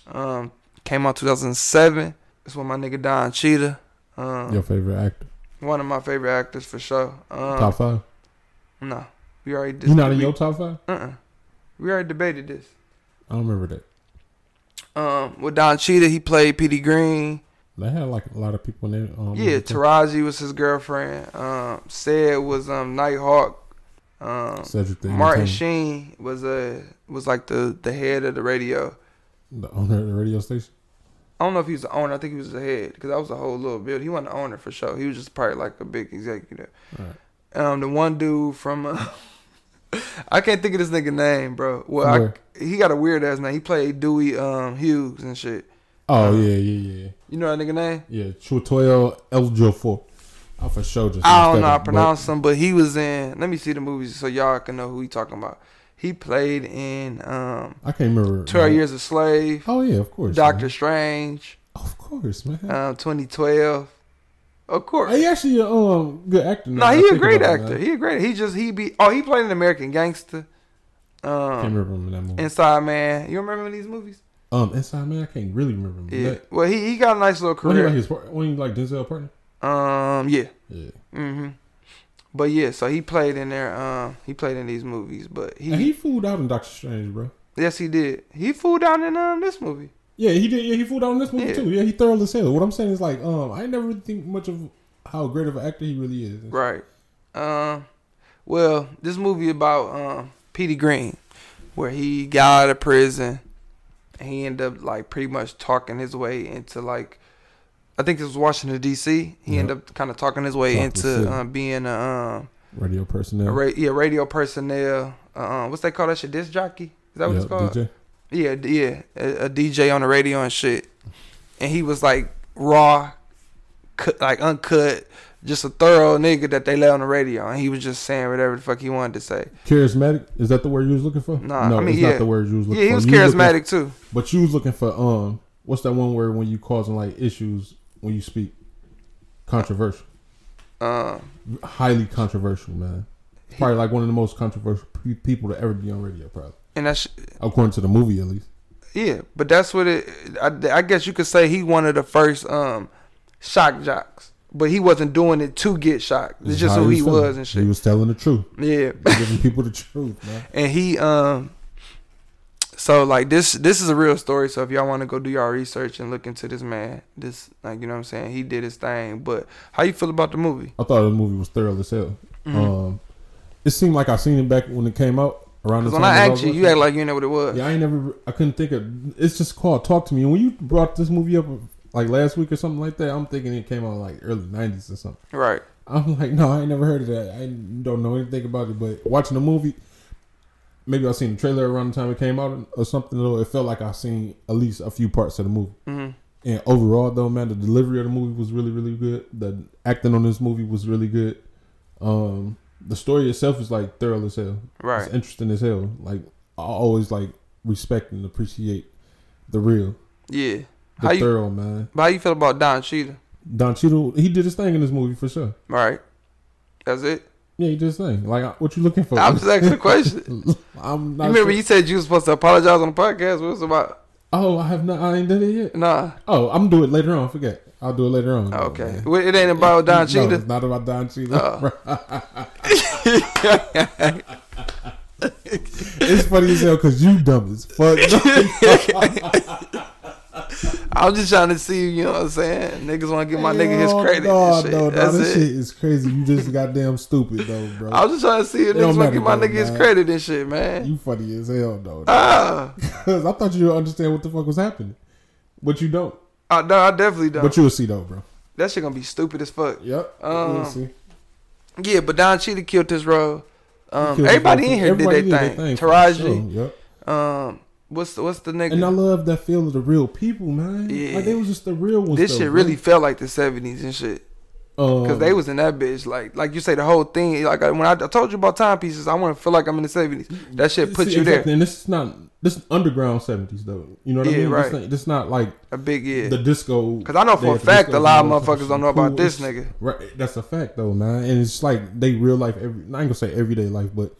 Speaker 3: Um, came out 2007. It's when my nigga Don Cheetah. Um,
Speaker 4: Your favorite actor,
Speaker 3: one of my favorite actors for sure. Um,
Speaker 4: top five.
Speaker 3: No, we already.
Speaker 4: You not in
Speaker 3: we-
Speaker 4: your top five?
Speaker 3: Uh-uh. We already debated this.
Speaker 4: I don't remember that.
Speaker 3: Um, with Don Cheetah, he played P.D. Green.
Speaker 4: They had like a lot of people in there. Um,
Speaker 3: yeah,
Speaker 4: with the-
Speaker 3: Taraji was his girlfriend. Um, said was um Nighthawk. Um,
Speaker 4: Cedric the
Speaker 3: Martin
Speaker 4: Entertainer,
Speaker 3: Sheen was uh was like the the head of the radio.
Speaker 4: the owner of the radio station.
Speaker 3: I don't know if he was the owner. I think he was the head because that was a whole little build. He wasn't the owner for sure. He was just probably like a big executive.
Speaker 4: All right.
Speaker 3: Um, the one dude from uh, I can't think of this nigga name, bro. Well,
Speaker 4: Where?
Speaker 3: I, he got a weird ass name. He played Dewey um Hughes and shit.
Speaker 4: Oh
Speaker 3: Uh,
Speaker 4: yeah, yeah, yeah,
Speaker 3: You know that nigga name?
Speaker 4: yeah. Chutoyo Eljofor. I for sure just.
Speaker 3: I don't know how
Speaker 4: messed that
Speaker 3: to
Speaker 4: up,
Speaker 3: pronounce him, but he was in. Let me see the movies so y'all can know who he talking about. He played in um,
Speaker 4: but I can't remember.
Speaker 3: Twelve
Speaker 4: man.
Speaker 3: Years a Slave,
Speaker 4: Oh yeah, of course.
Speaker 3: Doctor
Speaker 4: man.
Speaker 3: Strange,
Speaker 4: Of course, man.
Speaker 3: um, 2012. Of course.
Speaker 4: he actually a um good actor. now
Speaker 3: no,
Speaker 4: that I
Speaker 3: he a
Speaker 4: think
Speaker 3: great
Speaker 4: about it,
Speaker 3: actor.
Speaker 4: man.
Speaker 3: He a great. He just he be. Oh, he played an American Gangster.
Speaker 4: I can't
Speaker 3: Um,
Speaker 4: remember him in that movie.
Speaker 3: Inside Man. You remember these movies?
Speaker 4: um, Inside Man, I can't really remember him. in
Speaker 3: Yeah.
Speaker 4: That,
Speaker 3: Well, he he got a nice little
Speaker 4: when he like
Speaker 3: career.
Speaker 4: his par- when he like Denzel partner.
Speaker 3: Um, yeah.
Speaker 4: Yeah,
Speaker 3: Mm-hmm. But yeah, so he played in there. Um, he played in these movies, but
Speaker 4: and he fooled out in Doctor Strange, bro.
Speaker 3: Yes, he did. He fooled down in um, this movie.
Speaker 4: Yeah, he did. Yeah, he fooled out in this movie
Speaker 3: Yeah.
Speaker 4: too. Yeah, he thorough as hell. What I'm saying is like, um, I ain't never really think much of how great of an actor he really is.
Speaker 3: Right. Um. Well, this movie about um Petey Green, where he got out of prison, and he ended up like pretty much talking his way into like, I think it was Washington D.C. He
Speaker 4: Yep.
Speaker 3: ended up kind of talking his way
Speaker 4: Talking
Speaker 3: into
Speaker 4: shit.
Speaker 3: um, being a um
Speaker 4: Radio
Speaker 3: A
Speaker 4: personnel.
Speaker 3: ra- yeah, radio personnel. Uh, what's they call that shit? Disc jockey? Is that what
Speaker 4: Yeah,
Speaker 3: it's called?
Speaker 4: DJ.
Speaker 3: Yeah, d- yeah, a, a DJ on the radio and shit, and he was like raw, cut, like uncut, just a thorough nigga that they let on the radio, and he was just saying whatever the fuck he wanted to say.
Speaker 4: Charismatic. Is that the word you was looking for?
Speaker 3: Nah,
Speaker 4: no,
Speaker 3: I mean,
Speaker 4: it's
Speaker 3: yeah.
Speaker 4: not the word you was looking
Speaker 3: Yeah, he
Speaker 4: for.
Speaker 3: was
Speaker 4: You looking-
Speaker 3: charismatic too.
Speaker 4: but you was looking for um, what's that one word when you causing like issues when you speak? Controversial,
Speaker 3: Um,
Speaker 4: highly controversial, man. Probably like one of the most controversial pe- people to ever be on radio, probably
Speaker 3: and that's
Speaker 4: according to the movie at least.
Speaker 3: yeah, but that's what it. I, I guess you could say he one of the first um shock jocks, but he wasn't doing it to get shocked. It's just
Speaker 4: how
Speaker 3: who he
Speaker 4: feeling.
Speaker 3: was and
Speaker 4: He
Speaker 3: shit.
Speaker 4: was telling the truth,
Speaker 3: Yeah.
Speaker 4: giving people the truth, man.
Speaker 3: and he um so like this this is a real story so if y'all want to go do y'all research and look into this man this like you know what i'm saying he did his thing but how you feel about the movie
Speaker 4: I thought the movie was thorough as hell.
Speaker 3: Mm-hmm.
Speaker 4: Um, it seemed like I seen it back when it came out around the
Speaker 3: because
Speaker 4: time.
Speaker 3: when i
Speaker 4: that was
Speaker 3: asked you you
Speaker 4: watching
Speaker 3: act
Speaker 4: it.
Speaker 3: like you know what it was
Speaker 4: yeah, I ain't never, I couldn't think of. It's just called Talk to Me. And when you brought this movie up like last week or something like that, I'm thinking it came out like early '90s or something.
Speaker 3: right
Speaker 4: I'm like, no, I ain't never heard of that. I don't know anything about it. But watching the movie, maybe I seen the trailer around the time it came out or something. Though it felt like I seen at least a few parts of the movie.
Speaker 3: Mhm.
Speaker 4: And overall, though, man, the delivery of the movie was really, really good. The acting on this movie was really good. Um, the story itself is like thorough as hell.
Speaker 3: right
Speaker 4: It's interesting as hell. Like I always like respect and appreciate the real,
Speaker 3: yeah
Speaker 4: the
Speaker 3: how you
Speaker 4: thorough man.
Speaker 3: how you feel about don cheetah
Speaker 4: Don Cheadle, he did his thing in this movie for sure.
Speaker 3: right that's it
Speaker 4: Yeah, he did his thing. Like I- what you looking for?
Speaker 3: i'm just asking a question
Speaker 4: I'm
Speaker 3: you
Speaker 4: not.
Speaker 3: remember
Speaker 4: sure.
Speaker 3: you said you was supposed to apologize on the podcast what was it about
Speaker 4: Oh, I have not. I ain't done it yet.
Speaker 3: nah
Speaker 4: Oh, I'm gonna do it later on. Forget. I'll do it later on.
Speaker 3: Oh, okay
Speaker 4: man.
Speaker 3: Well, it ain't about don
Speaker 4: No,
Speaker 3: cheetah
Speaker 4: it's not about Don Cheadle.
Speaker 3: Oh.
Speaker 4: it's funny as hell because you dumb as fuck.
Speaker 3: I'm just trying to see, you know what I'm saying? Niggas want to give my nigga his
Speaker 4: Hell
Speaker 3: credit.
Speaker 4: No,
Speaker 3: and shit.
Speaker 4: no, no.
Speaker 3: That's
Speaker 4: This
Speaker 3: it.
Speaker 4: shit is crazy. You just goddamn stupid though, bro.
Speaker 3: I was just trying to see if
Speaker 4: It don't
Speaker 3: niggas want to give my
Speaker 4: matter,
Speaker 3: nigga
Speaker 4: though,
Speaker 3: his
Speaker 4: man.
Speaker 3: credit and shit, man.
Speaker 4: You funny as hell though.
Speaker 3: ah,
Speaker 4: Cause I thought you would understand what the fuck was happening, but you don't.
Speaker 3: I, no, I definitely don't.
Speaker 4: But you'll see though, bro.
Speaker 3: that shit gonna be stupid as fuck.
Speaker 4: Yep.
Speaker 3: Um,
Speaker 4: you'll see.
Speaker 3: Yeah, but Don Cheetah killed his role. Um,
Speaker 4: Because
Speaker 3: everybody in here
Speaker 4: everybody
Speaker 3: did their thing.
Speaker 4: for sure,
Speaker 3: Taraji.
Speaker 4: Yep.
Speaker 3: Um, what's the, what's the nigga?
Speaker 4: And I love that feel of the real people, man.
Speaker 3: Yeah.
Speaker 4: Like they was just the real ones.
Speaker 3: this
Speaker 4: though,
Speaker 3: shit
Speaker 4: bro.
Speaker 3: really felt like the '70s and shit. Cause
Speaker 4: Um,
Speaker 3: they was in that bitch, like like you say, the whole thing. Like I- when I, I told you about timepieces, I want to feel like I'm in the '70s. That shit put
Speaker 4: see,
Speaker 3: you there.
Speaker 4: exactly, And this is not this is underground seventies though. You know what
Speaker 3: Yeah,
Speaker 4: I mean?
Speaker 3: right.
Speaker 4: This, ain't- this not like
Speaker 3: A big yeah.
Speaker 4: the disco.
Speaker 3: Cause I know
Speaker 4: they
Speaker 3: for a
Speaker 4: at the
Speaker 3: fact
Speaker 4: discos
Speaker 3: a lot of
Speaker 4: and all that type
Speaker 3: motherfuckers don't know
Speaker 4: shit.
Speaker 3: about
Speaker 4: Cool,
Speaker 3: this
Speaker 4: it's-
Speaker 3: nigga.
Speaker 4: Right. That's a fact though, man. And it's like they real life. Every I ain't gonna say everyday life, but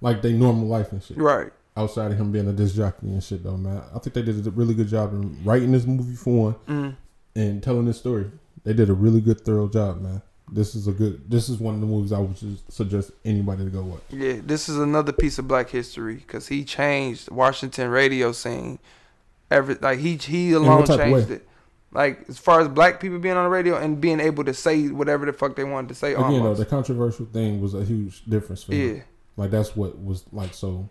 Speaker 4: like they normal life and shit.
Speaker 3: Right.
Speaker 4: outside of him being a disc jockey and shit though, man. I think they did a really good job in writing this movie for one
Speaker 3: Mm.
Speaker 4: and telling this story. They did a really good thorough job, man. This is a good this is one of the movies I would just suggest anybody to go watch.
Speaker 3: Yeah, this is another piece of black history because he changed the Washington radio scene. Every like he he alone
Speaker 4: what type of
Speaker 3: changed
Speaker 4: way?
Speaker 3: it. Like as far as black people being on the radio and being able to say whatever the fuck they wanted to say.
Speaker 4: Again though,
Speaker 3: almost.
Speaker 4: the controversial thing was a huge difference for him.
Speaker 3: yeah,
Speaker 4: Like that's what was like so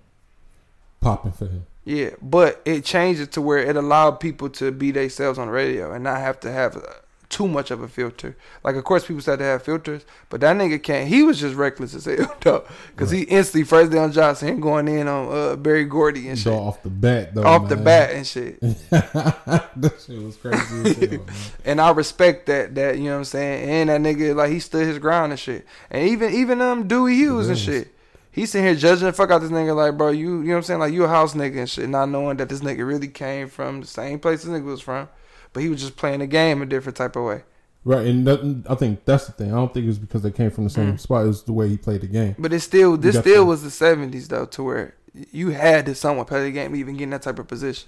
Speaker 4: popping for him.
Speaker 3: yeah, but it changed it to where it allowed people to be themselves on the radio and not have to have uh, too much of a filter. Like of course people said to have filters, but that nigga can't. He was just reckless as hell though, because he instantly first down Johnson him going in on uh, Barry Gordy and
Speaker 4: So
Speaker 3: shit.
Speaker 4: off the bat though.
Speaker 3: off the
Speaker 4: man.
Speaker 3: bat and shit.
Speaker 4: that shit was crazy as hell, man.
Speaker 3: And I respect that that, you know what I'm saying? And that nigga like he stood his ground and shit. And even even um Dewey Hughes and
Speaker 4: Yes.
Speaker 3: shit. He sitting here judging the fuck out this nigga like, bro, you you know what I'm saying? Like you a house nigga and shit, not knowing that this nigga really came from the same place this nigga was from. But he was just playing the game a different type of way.
Speaker 4: Right, and that, I think that's the thing. I don't think it was because they came from the same
Speaker 3: Mm.
Speaker 4: spot. It was the way he played the game.
Speaker 3: But it's still this
Speaker 4: got
Speaker 3: still
Speaker 4: the-
Speaker 3: was the seventies though, to where you had to someone play the game to even get in that type of position.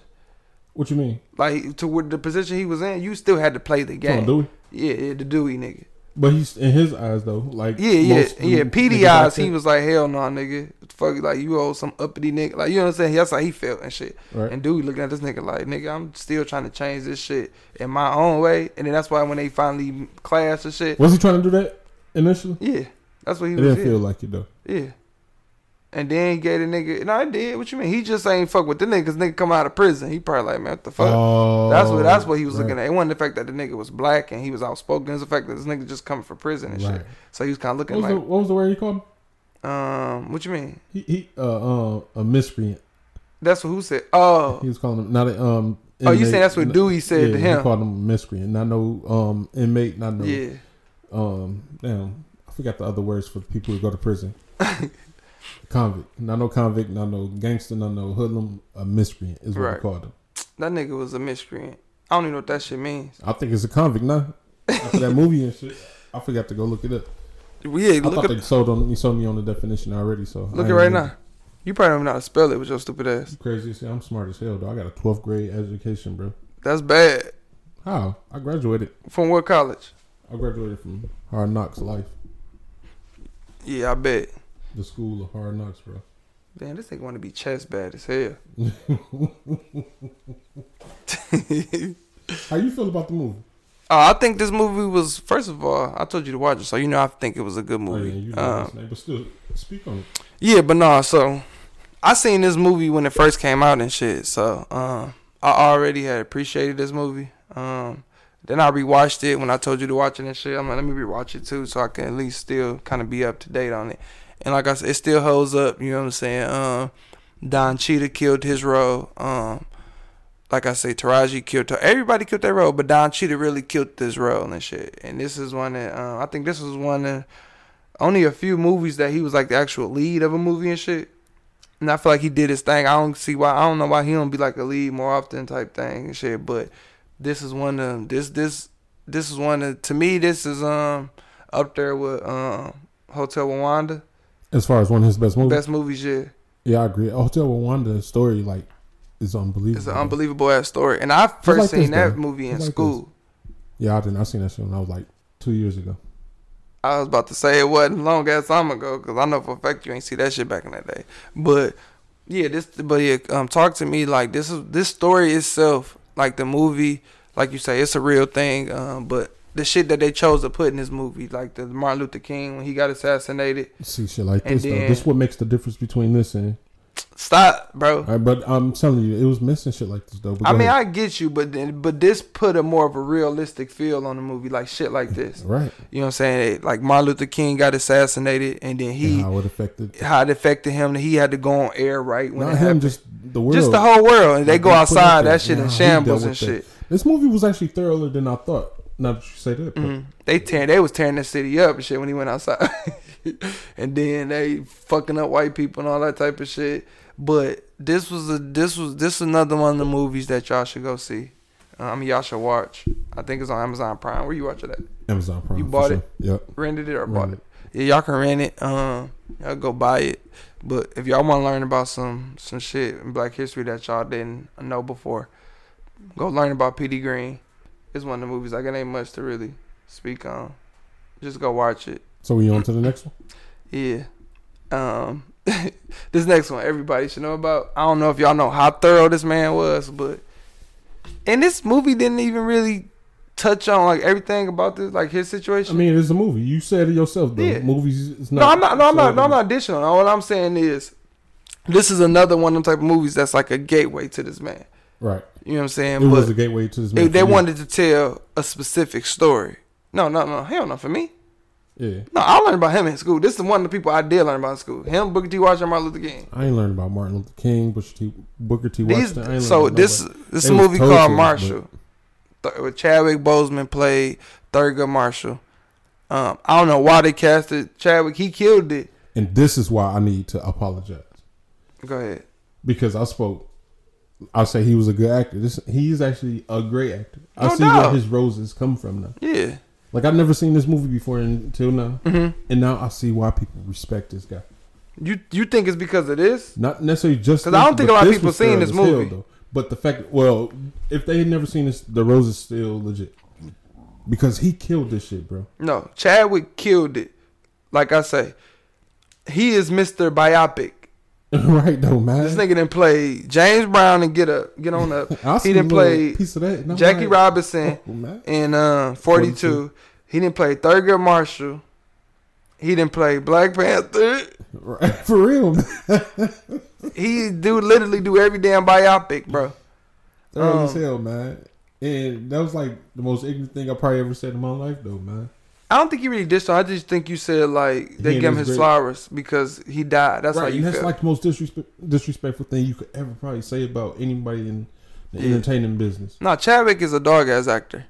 Speaker 4: What you mean?
Speaker 3: Like to where the position he was in, you still had to play the
Speaker 4: Come
Speaker 3: game.
Speaker 4: on, Dewey.
Speaker 3: yeah, yeah, the Dewey nigga.
Speaker 4: But he's in his eyes though, like
Speaker 3: Yeah, yeah,
Speaker 4: most
Speaker 3: yeah.
Speaker 4: niggas
Speaker 3: PD
Speaker 4: out
Speaker 3: eyes, he
Speaker 4: there-
Speaker 3: was like, hell no, nigga. Fuck, like, you owe some uppity nigga. Like, you know what I'm saying? That's how he felt and shit.
Speaker 4: Right.
Speaker 3: And dude looking at this nigga like, nigga, I'm still trying to change this shit in my own way. And then that's why when they finally class and shit,
Speaker 4: Was he trying to do that initially?
Speaker 3: yeah, that's what he
Speaker 4: It
Speaker 3: was
Speaker 4: didn't feel
Speaker 3: in.
Speaker 4: like it though.
Speaker 3: Yeah. And then gave the nigga, no, I did. What you mean? He just ain't fuck with the nigga 'cause nigga come out of prison. He probably like, man, what the fuck?
Speaker 4: Oh,
Speaker 3: That's what that's what he was
Speaker 4: right,
Speaker 3: looking at. It wasn't the fact that the nigga was black and he was outspoken. It was the fact that this nigga just coming from prison and
Speaker 4: Right.
Speaker 3: shit. So he was kind of
Speaker 4: What
Speaker 3: looking
Speaker 4: was,
Speaker 3: like,
Speaker 4: the, what was the word he called? him?
Speaker 3: Um, what you mean?
Speaker 4: He, he uh, uh, a miscreant.
Speaker 3: That's what who said. Oh,
Speaker 4: He was calling him not a um.
Speaker 3: oh, you
Speaker 4: inmate,
Speaker 3: saying that's what
Speaker 4: not-
Speaker 3: Dewey said
Speaker 4: yeah,
Speaker 3: to
Speaker 4: He
Speaker 3: him?
Speaker 4: called him a miscreant, not no um inmate, not no
Speaker 3: Yeah,
Speaker 4: um. Damn, I forgot the other words for the people who go to prison. convict, not no convict, not no gangster, not no hoodlum. A miscreant is what
Speaker 3: Right.
Speaker 4: we called him.
Speaker 3: that nigga was a miscreant. I don't even know what that shit means.
Speaker 4: I think it's a convict now. After that movie and shit, I forgot to go look it up.
Speaker 3: Yeah,
Speaker 4: I
Speaker 3: look
Speaker 4: thought
Speaker 3: at
Speaker 4: they sold on. You sold me on the definition already. So I
Speaker 3: look at
Speaker 4: ain't
Speaker 3: right
Speaker 4: even-
Speaker 3: now. You probably don't know how to spell it with your stupid ass.
Speaker 4: You crazy. See, I'm smart as hell though. I got a 12th grade education, bro.
Speaker 3: That's bad.
Speaker 4: How? I graduated.
Speaker 3: From what college?
Speaker 4: I graduated from Hard Knocks Life,
Speaker 3: Yeah, I bet.
Speaker 4: the school of Hard Knocks, bro.
Speaker 3: Damn, this nigga want to be chess bad as hell.
Speaker 4: How you feel about the movie?
Speaker 3: Uh, I think this movie was first of all. I told you to watch it, so you know I think it was a good
Speaker 4: Oh,
Speaker 3: movie.
Speaker 4: yeah, you know
Speaker 3: Um,
Speaker 4: this name, but still, speak on it.
Speaker 3: Yeah, but nah, so I seen this movie when it first came out and shit. So um I already had appreciated this movie. Um then I rewatched it when I told you to watch it and shit. I'm like, let me rewatch it too so I can at least still kinda be up to date on it. And like I said, it still holds up, you know what I'm saying? Um Don Cheetah killed his role. Um like I say, Taraji killed her. Everybody killed their role, but Don Cheetah really killed this role and shit. And this is one that um, I think this was one that only a few movies that he was like the actual lead of a movie and shit. And I feel like he did his thing. I don't see why. I don't know why he don't be like a lead more often type thing and shit. But this is one of this this this is one of to me this is um up there with um Hotel Rwanda
Speaker 4: As far as one of his best movies,
Speaker 3: best movies yeah.
Speaker 4: yeah, I agree. Hotel Rwanda's story like is unbelievable.
Speaker 3: It's an unbelievable ass story. And I first
Speaker 4: like
Speaker 3: seen
Speaker 4: this,
Speaker 3: that
Speaker 4: though.
Speaker 3: movie in
Speaker 4: It's like
Speaker 3: school.
Speaker 4: Yeah, I didn't. I seen that shit when I was like two years ago.
Speaker 3: I was about to say it wasn't long as time ago because I know for a fact you ain't see that shit back in that day. But yeah, this but yeah, um, talk to me like this is this story itself, like the movie, like you say, it's a real thing. Um, but the shit that they chose to put in this movie, like the Martin Luther King when he got assassinated,
Speaker 4: See shit like
Speaker 3: And
Speaker 4: this though.
Speaker 3: then-
Speaker 4: This what makes the difference between this and.
Speaker 3: stop, bro.
Speaker 4: All right, but I'm telling you, it was missing shit like this though. But
Speaker 3: I
Speaker 4: go
Speaker 3: mean,
Speaker 4: ahead.
Speaker 3: I get you, but then but this put a more of a realistic feel on the movie, like shit like this.
Speaker 4: right.
Speaker 3: You know what I'm saying? Like Martin Luther King got assassinated, and then
Speaker 4: And
Speaker 3: he.
Speaker 4: how it affected
Speaker 3: How it affected him that he had to go on air right when
Speaker 4: not
Speaker 3: it
Speaker 4: him,
Speaker 3: happened.
Speaker 4: just the world,
Speaker 3: Just the whole world. And they
Speaker 4: Like,
Speaker 3: go
Speaker 4: put it
Speaker 3: outside,
Speaker 4: there.
Speaker 3: that shit
Speaker 4: Nah,
Speaker 3: in
Speaker 4: he
Speaker 3: shambles
Speaker 4: dealt
Speaker 3: and
Speaker 4: with that.
Speaker 3: shit.
Speaker 4: This movie was actually thorougher than I thought. Now that you say that, but
Speaker 3: Mhm. They tear, they was tearing that city up and shit when he went outside, and then they fucking up white people and all that type of shit. But this was a this was this is another one of the movies that y'all should go see. I mean, y'all should watch. I think it's on Amazon Prime. Where you watch it at?
Speaker 4: Amazon Prime.
Speaker 3: You
Speaker 4: for
Speaker 3: bought
Speaker 4: sure.
Speaker 3: it?
Speaker 4: Yep.
Speaker 3: rented it or
Speaker 4: Rented
Speaker 3: bought it. Yeah, y'all can rent it. Um, y'all go buy it. But if y'all want to learn about some some shit in Black history that y'all didn't know before, go learn about P.D. Green. It's one of the movies. Like it ain't much to really speak on. Just go watch it.
Speaker 4: So we on to the next one.
Speaker 3: Yeah. Um, this next one everybody should know about. I don't know if y'all know how thorough this man was, but and this movie didn't even really touch on like everything about this, like his
Speaker 4: I
Speaker 3: situation.
Speaker 4: mean, it's a movie. You said it yourself. The
Speaker 3: Yeah.
Speaker 4: movies. It's not.
Speaker 3: No, I'm not. No, I'm
Speaker 4: so-
Speaker 3: not. No, I'm not dishing on. it. What I'm saying is, this is another one of them type of movies that's like a gateway to this man.
Speaker 4: Right.
Speaker 3: You know what I'm
Speaker 4: It
Speaker 3: saying?
Speaker 4: was a
Speaker 3: but
Speaker 4: gateway to this.
Speaker 3: they,
Speaker 4: man
Speaker 3: they
Speaker 4: for me.
Speaker 3: wanted to tell a specific story. No, no, no. Hell no, for me.
Speaker 4: Yeah.
Speaker 3: No, I learned about him in school. This is one of the people I did learn about in school. Him, Booker T. Washington, Martin Luther King.
Speaker 4: I ain't learned about Martin Luther King, Booker T. Booker T.
Speaker 3: These,
Speaker 4: Washington. I ain't
Speaker 3: so
Speaker 4: learned about
Speaker 3: this
Speaker 4: nobody.
Speaker 3: this
Speaker 4: They
Speaker 3: a
Speaker 4: was
Speaker 3: movie
Speaker 4: told
Speaker 3: called
Speaker 4: to us,
Speaker 3: Marshall, Th- with Chadwick Boseman played Thurgood Marshall. Um, I don't know why they casted Chadwick. He killed it.
Speaker 4: and this is why I need to apologize
Speaker 3: Go ahead.
Speaker 4: because I spoke. I say he was a good actor. This he is actually a great actor. I
Speaker 3: No
Speaker 4: see
Speaker 3: doubt.
Speaker 4: where his roses come from now.
Speaker 3: Yeah.
Speaker 4: Like I've never seen this movie before until now,
Speaker 3: hmm
Speaker 4: and now I see why people respect this guy.
Speaker 3: You you think it's because of this?
Speaker 4: Not necessarily just
Speaker 3: 'Cause I don't think a
Speaker 4: but
Speaker 3: lot of
Speaker 4: this
Speaker 3: people
Speaker 4: was
Speaker 3: seen
Speaker 4: thorough
Speaker 3: this
Speaker 4: as hell,
Speaker 3: movie.
Speaker 4: though. But the fact, well, if they had never seen this, the rose is still legit because he killed this shit, bro.
Speaker 3: No, Chadwick killed it. Like I say, he is Mr. Biopic.
Speaker 4: right though, man.
Speaker 3: This nigga didn't play James Brown and get up, get on up.
Speaker 4: I
Speaker 3: he
Speaker 4: seen a
Speaker 3: didn't
Speaker 4: little
Speaker 3: play
Speaker 4: piece of that. and I'm
Speaker 3: Jackie
Speaker 4: like,
Speaker 3: Robinson
Speaker 4: oh, man.
Speaker 3: in uh, 42. He didn't play Thurgood Marshall. He didn't play Black Panther.
Speaker 4: Right. for real. Man.
Speaker 3: He do literally do every damn biopic, bro.
Speaker 4: Thorough
Speaker 3: Um,
Speaker 4: as hell, man. And that was like the most ignorant thing I probably ever said in my life, though, man.
Speaker 3: I don't think you really dissed him. I just think you said like they
Speaker 4: Yeah,
Speaker 3: gave him
Speaker 4: that's
Speaker 3: his
Speaker 4: great.
Speaker 3: flowers because he died. That's how
Speaker 4: right,
Speaker 3: you
Speaker 4: and that's
Speaker 3: feel.
Speaker 4: like the most disrespect, disrespectful thing you could ever probably say about anybody in the
Speaker 3: Yeah.
Speaker 4: entertainment business.
Speaker 3: no, Chadwick is a dog ass actor.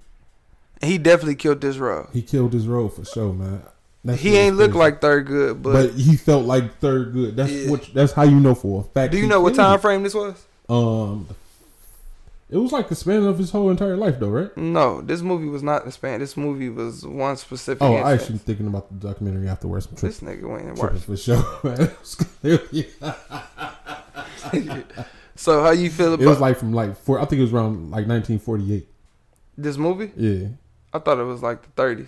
Speaker 3: And he definitely killed this role.
Speaker 4: He killed his role for sure, man. That's
Speaker 3: he
Speaker 4: what's
Speaker 3: ain't look
Speaker 4: crazy.
Speaker 3: like third good,
Speaker 4: but,
Speaker 3: but,
Speaker 4: he felt like third good. That's
Speaker 3: Yeah.
Speaker 4: what. That's how you know for a fact.
Speaker 3: do you
Speaker 4: he
Speaker 3: know what
Speaker 4: killed
Speaker 3: time
Speaker 4: it.
Speaker 3: frame this was?
Speaker 4: Um, it was like the span of his whole entire life, though, right?
Speaker 3: No, this movie was not in Spanish. This movie was one specific.
Speaker 4: Oh, I
Speaker 3: instance.
Speaker 4: actually thinking about the documentary afterwards. I'm tripping.
Speaker 3: This nigga went and
Speaker 4: Tripping
Speaker 3: worked.
Speaker 4: for sure, man. It was, clearly-
Speaker 3: So how you feel
Speaker 4: it was
Speaker 3: about
Speaker 4: like from like four. I think it was around like 1948.
Speaker 3: this movie?
Speaker 4: Yeah,
Speaker 3: I thought it was like the 30s.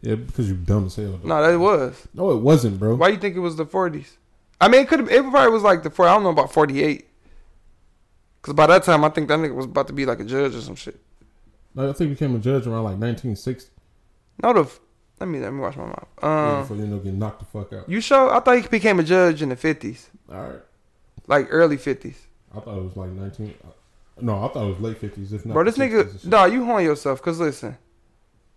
Speaker 4: yeah, because you're dumb as hell. Though.
Speaker 3: No, that was.
Speaker 4: No, it wasn't, bro.
Speaker 3: Why you think it was the 40s? I mean, it could have. It probably was like the 40. I don't know about 48. Cause by that time, I think that nigga was about to be like a judge or some shit.
Speaker 4: Like, I think he became a judge around like 1960
Speaker 3: No, the. f- Let me let me watch my mouth. Um,
Speaker 4: before you end up getting knocked the fuck out.
Speaker 3: you show? I thought he became a judge in the 50s,
Speaker 4: All right,
Speaker 3: like early 50s.
Speaker 4: I thought it was like 19. No, I thought it was late 50s. If not,
Speaker 3: Bro, this
Speaker 4: 60s and
Speaker 3: nigga,
Speaker 4: shit.
Speaker 3: nah, you horn yourself. Cause listen,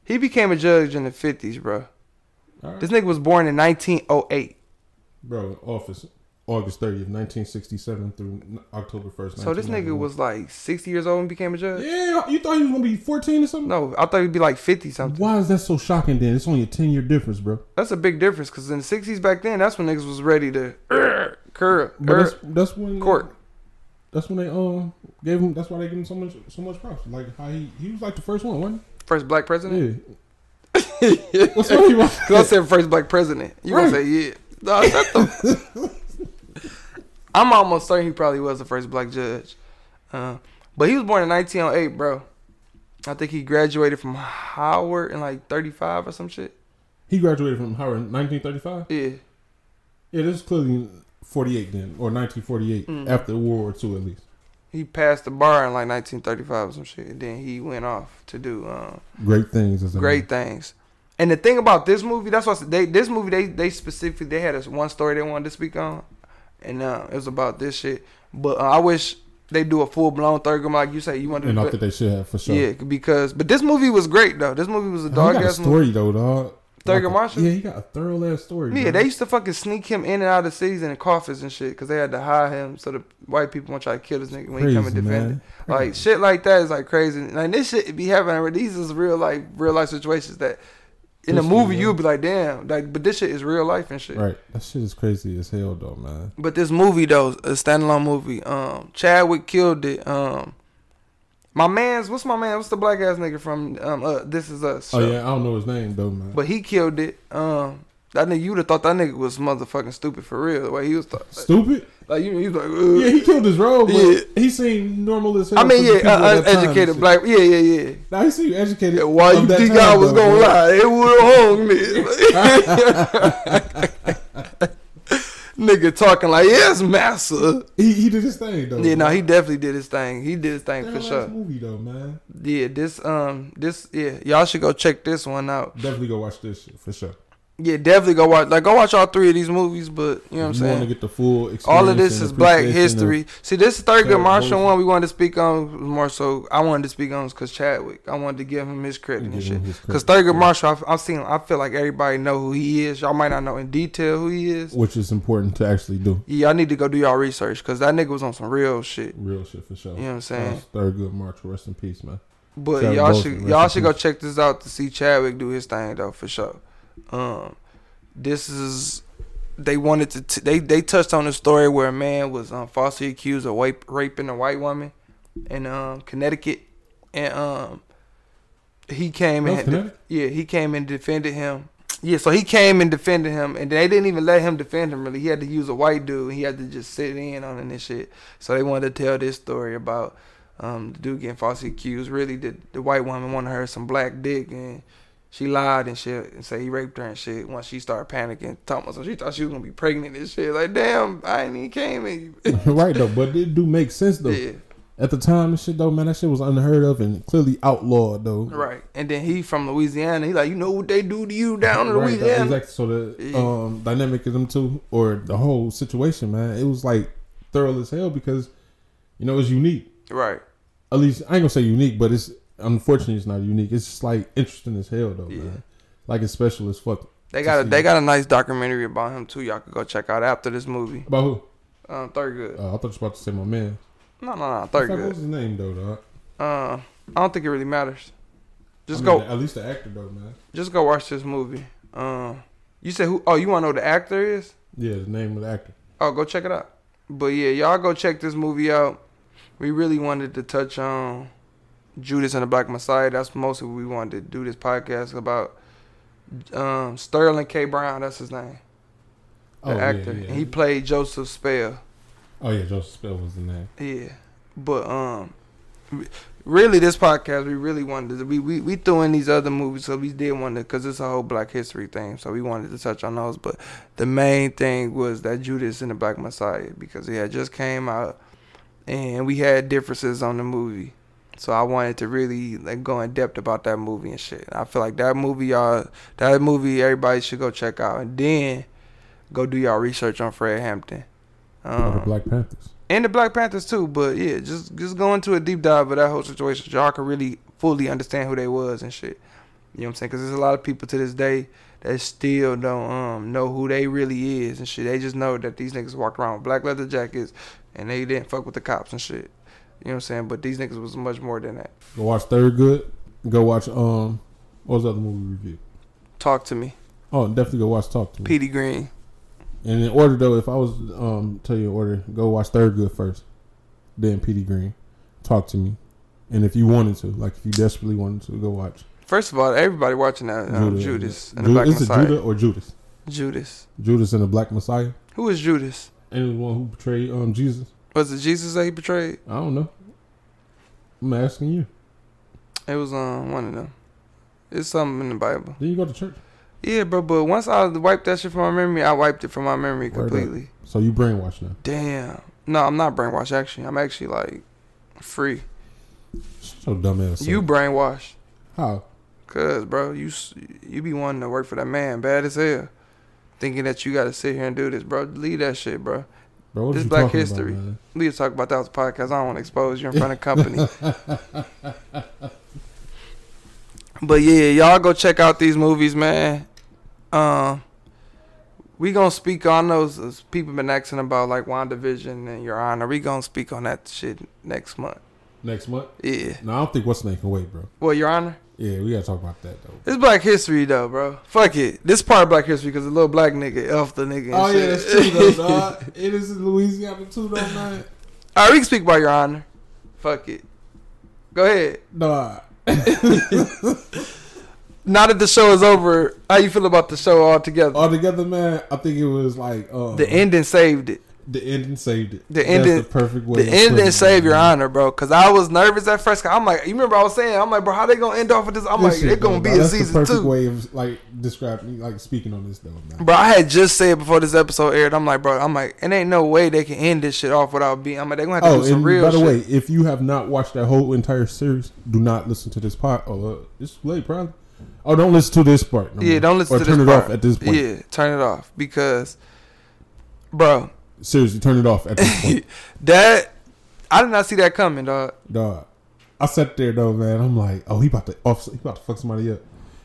Speaker 3: he became a judge in the fifties, bro.
Speaker 4: All right.
Speaker 3: This nigga was born in 1908.
Speaker 4: Bro, office August 30th, 1967 through n- October 1st.
Speaker 3: So this nigga
Speaker 4: 1991.
Speaker 3: was like 60 years old and became a judge.
Speaker 4: oh Yeah, you thought he was going to be 14 or something?
Speaker 3: No, I thought he'd be like 50 something.
Speaker 4: Why is that so shocking then? It's only a 10 year difference, bro.
Speaker 3: That's a big difference. Cause in the 60s back then, that's when niggas was ready to er, curl,
Speaker 4: But
Speaker 3: er,
Speaker 4: that's, that's when
Speaker 3: court.
Speaker 4: That's when they um gave him. That's why they gave him so much so much props. Like how he he was like the first one, wasn't
Speaker 3: First black
Speaker 4: he?
Speaker 3: president.
Speaker 4: Yeah. What's wrong with you?
Speaker 3: Cause I said first black president. You
Speaker 4: Right.
Speaker 3: gonna say yeah? Nah, shut the. I'm almost certain he probably was the first black judge, uh, but he was born in 1908, bro. I think he graduated from Howard in like 35 or some shit.
Speaker 4: He graduated from Howard in 1935.
Speaker 3: Yeah,
Speaker 4: Yeah, this is clearly 48 then, or 1948
Speaker 3: Mm.
Speaker 4: after World War II at least.
Speaker 3: he passed the bar in like 1935 or some shit. And then he went off to do um,
Speaker 4: Great things as a
Speaker 3: great things. And the thing about this movie, that's why I said they this movie they they specifically they had this one story they wanted to speak on, and uh, it was about this shit. But uh, I wish they do a full blown third like you say you want to.
Speaker 4: And
Speaker 3: do
Speaker 4: I
Speaker 3: the-
Speaker 4: think they should have for sure.
Speaker 3: Yeah, because but this movie was great though. This movie was a
Speaker 4: He
Speaker 3: dog
Speaker 4: got a
Speaker 3: ass movie.
Speaker 4: story though, dog.
Speaker 3: Thurgood
Speaker 4: a-
Speaker 3: Marshall?
Speaker 4: Yeah, he got a thorough ass story.
Speaker 3: Yeah,
Speaker 4: bro.
Speaker 3: they used to fucking sneak him in and out of cities and in coffins and shit because they had to hide him so the white people won't try to kill this nigga when he come and
Speaker 4: Crazy,
Speaker 3: defend
Speaker 4: man.
Speaker 3: it. Like shit like that is like crazy. Like this shit be happening. These is real life, real life situations that in a
Speaker 4: This
Speaker 3: movie
Speaker 4: is
Speaker 3: you'll
Speaker 4: real.
Speaker 3: be like, damn, like but this shit is real life and shit.
Speaker 4: Right, that shit is crazy as hell though, man.
Speaker 3: But this movie though, a standalone movie. Um, Chadwick killed it. Um, my man's what's my man? What's the black ass nigga from um uh, This Is Us?
Speaker 4: Oh
Speaker 3: show?
Speaker 4: yeah, I don't know his name though, man.
Speaker 3: But he killed it. Um, I think you'd have thought that nigga was motherfucking stupid for real. The way he was talk-
Speaker 4: Stupid.
Speaker 3: like, you know, he was like,
Speaker 4: Yeah,
Speaker 3: Ugh.
Speaker 4: he killed his role, but
Speaker 3: Yeah.
Speaker 4: he seemed normal as hell.
Speaker 3: I mean,
Speaker 4: for the people
Speaker 3: yeah, uh,
Speaker 4: at that time and
Speaker 3: uneducated
Speaker 4: shit.
Speaker 3: black, yeah, yeah, yeah.
Speaker 4: Now he seemed educated.
Speaker 3: Yeah, Why
Speaker 4: of
Speaker 3: you
Speaker 4: that
Speaker 3: think
Speaker 4: time,
Speaker 3: I was
Speaker 4: though,
Speaker 3: gonna
Speaker 4: man.
Speaker 3: lie? It would have hung me. Nigga talking like, yes, master.
Speaker 4: He, he did his thing though.
Speaker 3: Yeah, no,
Speaker 4: man.
Speaker 3: he definitely did his thing. He did his thing
Speaker 4: That
Speaker 3: for
Speaker 4: last
Speaker 3: sure.
Speaker 4: Movie though, man.
Speaker 3: Yeah, this, um, this, yeah, y'all should go check this one out.
Speaker 4: Definitely go watch this shit for sure.
Speaker 3: Yeah, definitely go watch, like, go watch all three of these movies, but you know what I'm
Speaker 4: If
Speaker 3: saying?
Speaker 4: want to get the full experience.
Speaker 3: All of this
Speaker 4: and
Speaker 3: is black
Speaker 4: appreciation
Speaker 3: history.
Speaker 4: of-
Speaker 3: See, this Thurgood
Speaker 4: Chadwick
Speaker 3: Marshall
Speaker 4: Boseman.
Speaker 3: one we wanted to speak on was more so. I wanted to speak on because Chadwick. I wanted to give him his credit and
Speaker 4: Give him
Speaker 3: shit.
Speaker 4: his
Speaker 3: Because
Speaker 4: credit,
Speaker 3: Thurgood
Speaker 4: yeah.
Speaker 3: Marshall, I've, I've seen. I feel like everybody know who he is. Y'all might not know in detail who he is.
Speaker 4: which is important to actually do.
Speaker 3: Yeah, y'all need to go do y'all research because that nigga was on some real shit.
Speaker 4: Real shit for sure.
Speaker 3: You know what I'm saying?
Speaker 4: Third good March. Rest in peace, man.
Speaker 3: But
Speaker 4: Chadwick
Speaker 3: y'all
Speaker 4: Boseman,
Speaker 3: should
Speaker 4: rest
Speaker 3: y'all
Speaker 4: in
Speaker 3: should go
Speaker 4: peace.
Speaker 3: check this out to see Chadwick do his thing though for sure. Um, this is they wanted to t- they they touched on the story where a man was um, falsely accused of rape, raping a white woman in um, Connecticut, and um he came
Speaker 4: That was
Speaker 3: and
Speaker 4: Connecticut?
Speaker 3: yeah he came and defended him. Yeah, so he came and defended him, and they didn't even let him defend him. Really, he had to use a white dude. He had to just sit in on it and shit. So they wanted to tell this story about um, the dude getting falsely accused. Really, the, the white woman wanted her some black dick, and she lied and shit, and say he raped her and shit. Once she started panicking, talking about, so she thought she was gonna be pregnant and shit. Like, damn, I ain't even came in.
Speaker 4: right though, but it do make sense though.
Speaker 3: yeah,
Speaker 4: At the time, and shit though, man, that shit was unheard of and clearly outlawed though.
Speaker 3: right. And then he from Louisiana. He like, you know what they do to you down in
Speaker 4: Right,
Speaker 3: Louisiana.
Speaker 4: Exactly. So the
Speaker 3: Yeah.
Speaker 4: um, dynamic of them two, or the whole situation, man, it was like thorough as hell because you know it's unique.
Speaker 3: Right.
Speaker 4: At least I ain't gonna say unique, but it's unfortunately it's not unique. It's just like interesting as hell though,
Speaker 3: Yeah.
Speaker 4: man. Like it's special as fuck.
Speaker 3: They
Speaker 4: to
Speaker 3: got a,
Speaker 4: see.
Speaker 3: they got a nice documentary about him too. Y'all could go check out after this movie.
Speaker 4: About who?
Speaker 3: Um, Thurgood.
Speaker 4: Uh, I thought you was about to say my man.
Speaker 3: No, no, no,
Speaker 4: Fuck, What was
Speaker 3: Thurgood.
Speaker 4: his name though? Dog?
Speaker 3: Uh, I don't think it really matters. Just
Speaker 4: I
Speaker 3: go,
Speaker 4: mean, At least the actor though, man.
Speaker 3: just go watch this movie. Um, you said who? Oh, you want to know who the actor is?
Speaker 4: Yeah, the name of the actor.
Speaker 3: Oh, go check it out. But yeah, y'all go check this movie out. We really wanted to touch on Judas and the Black Messiah. That's mostly what we wanted to do this podcast about. Um, Sterling K. Brown, that's his name, the
Speaker 4: Oh, yeah,
Speaker 3: actor.
Speaker 4: Yeah,
Speaker 3: He played Joseph Spell.
Speaker 4: oh yeah, Joseph Spell was the name.
Speaker 3: Yeah, but um, re- really, this podcast we really wanted to we we, we threw in these other movies, so we did want to because it's a whole Black History thing, so we wanted to touch on those. But the main thing was that Judas and the Black Messiah because it had just came out, and we had differences on the movie. So I wanted to really like go in depth about that movie and shit. I feel like that movie, y'all, that movie, everybody should go check out, and then go do y'all research on Fred Hampton.
Speaker 4: Or the
Speaker 3: Um,
Speaker 4: Black Panthers.
Speaker 3: and the Black Panthers too. But yeah, just just go into a deep dive of that whole situation. so Y'all can really fully understand who they was and shit. You know what I'm saying? Because there's a lot of people to this day that still don't um know who they really is and shit. They just know that these niggas walked around with black leather jackets and they didn't fuck with the cops and shit. You know what I'm saying? But these niggas was much more than that.
Speaker 4: Go watch Third Good. Go watch um, what was the other movie review?
Speaker 3: Talk to me,
Speaker 4: Oh, definitely go watch Talk to Me.
Speaker 3: Petey Green.
Speaker 4: And in order though, if I was um tell you an order, go watch Third Good first, then Petey Green, talk to me, and if you wanted to, like if you desperately wanted to, go watch
Speaker 3: First of all, everybody watching that um,
Speaker 4: Judah.
Speaker 3: Judas and the
Speaker 4: Ju-
Speaker 3: Black
Speaker 4: is it
Speaker 3: Messiah.
Speaker 4: Judah or Judas?
Speaker 3: Judas.
Speaker 4: Judas and the Black Messiah,
Speaker 3: Who is Judas?
Speaker 4: and the one who betrayed um Jesus.
Speaker 3: Was it Jesus that he betrayed?
Speaker 4: I don't know. I'm asking you.
Speaker 3: It was um one of them. It's something in the Bible.
Speaker 4: Then you go to church,
Speaker 3: Yeah, bro, but once I wiped that shit from my memory, I wiped it from my memory
Speaker 4: Word up.
Speaker 3: completely.
Speaker 4: so you brainwashed now.
Speaker 3: Damn. No, I'm not brainwashed, actually. I'm actually, like, free.
Speaker 4: So dumb ass.
Speaker 3: You brainwashed.
Speaker 4: how?
Speaker 3: Because, bro, you s- you be wanting to work for that man bad as hell. Thinking that you got to sit here and do this, bro. Leave that shit, bro.
Speaker 4: Bro, what
Speaker 3: This
Speaker 4: you
Speaker 3: Black
Speaker 4: talking
Speaker 3: History.
Speaker 4: About, man?
Speaker 3: We to talk about that was a podcast. I don't want to expose you in front of company. but yeah, y'all go check out these movies, man. Um, we gonna speak on those. uh, People been asking about like WandaVision and Your Honor. We gonna speak on that shit next month.
Speaker 4: Next month?
Speaker 3: Yeah.
Speaker 4: No, I don't think what's name can wait, bro.
Speaker 3: Well, Your Honor,
Speaker 4: Yeah, we gotta talk about that though.
Speaker 3: it's Black History though, bro. Fuck it. This part of Black History because the little black nigga elf the nigga. and
Speaker 4: Oh yeah,
Speaker 3: shit.
Speaker 4: that's true though, dog. It is in Louisiana too though, man.
Speaker 3: All right, we can speak about Your Honor. Fuck it. Go ahead.
Speaker 4: Nah.
Speaker 3: now that the show is over, how you feel about the show altogether?
Speaker 4: Altogether, man, I think it was like um,
Speaker 3: the ending saved it.
Speaker 4: The ending saved it.
Speaker 3: The ending-
Speaker 4: That's the perfect way.
Speaker 3: The
Speaker 4: to put
Speaker 3: ending
Speaker 4: it,
Speaker 3: saved your
Speaker 4: man.
Speaker 3: honor, bro. Cause I was nervous at first. 'Cause I'm like, you remember I was saying, I'm like, bro, how they gonna end off with this? I'm
Speaker 4: This
Speaker 3: like,
Speaker 4: shit,
Speaker 3: it's gonna
Speaker 4: though,
Speaker 3: be
Speaker 4: dog.
Speaker 3: a
Speaker 4: That's the
Speaker 3: season
Speaker 4: perfect
Speaker 3: two.
Speaker 4: way of like describing, like speaking on this though, man.
Speaker 3: Bro, I had just said before this episode aired, I'm like, bro, I'm like, it ain't no way they can end this shit off without being. I'm like, they gonna have to
Speaker 4: Oh,
Speaker 3: do some
Speaker 4: and
Speaker 3: real
Speaker 4: by the
Speaker 3: shit.
Speaker 4: way, if you have not watched that whole entire series, do not listen to this part. Oh, uh, it's late, probably. Oh, don't listen to this part. no
Speaker 3: yeah,
Speaker 4: more.
Speaker 3: don't listen
Speaker 4: or
Speaker 3: to
Speaker 4: turn
Speaker 3: this
Speaker 4: it
Speaker 3: part.
Speaker 4: off at this point.
Speaker 3: Yeah, turn it off because, bro,
Speaker 4: Seriously, turn it off at this point.
Speaker 3: that I did not see that coming, dog.
Speaker 4: Dog. I sat there though, man. I'm like, oh, he about to off, he about to fuck somebody up.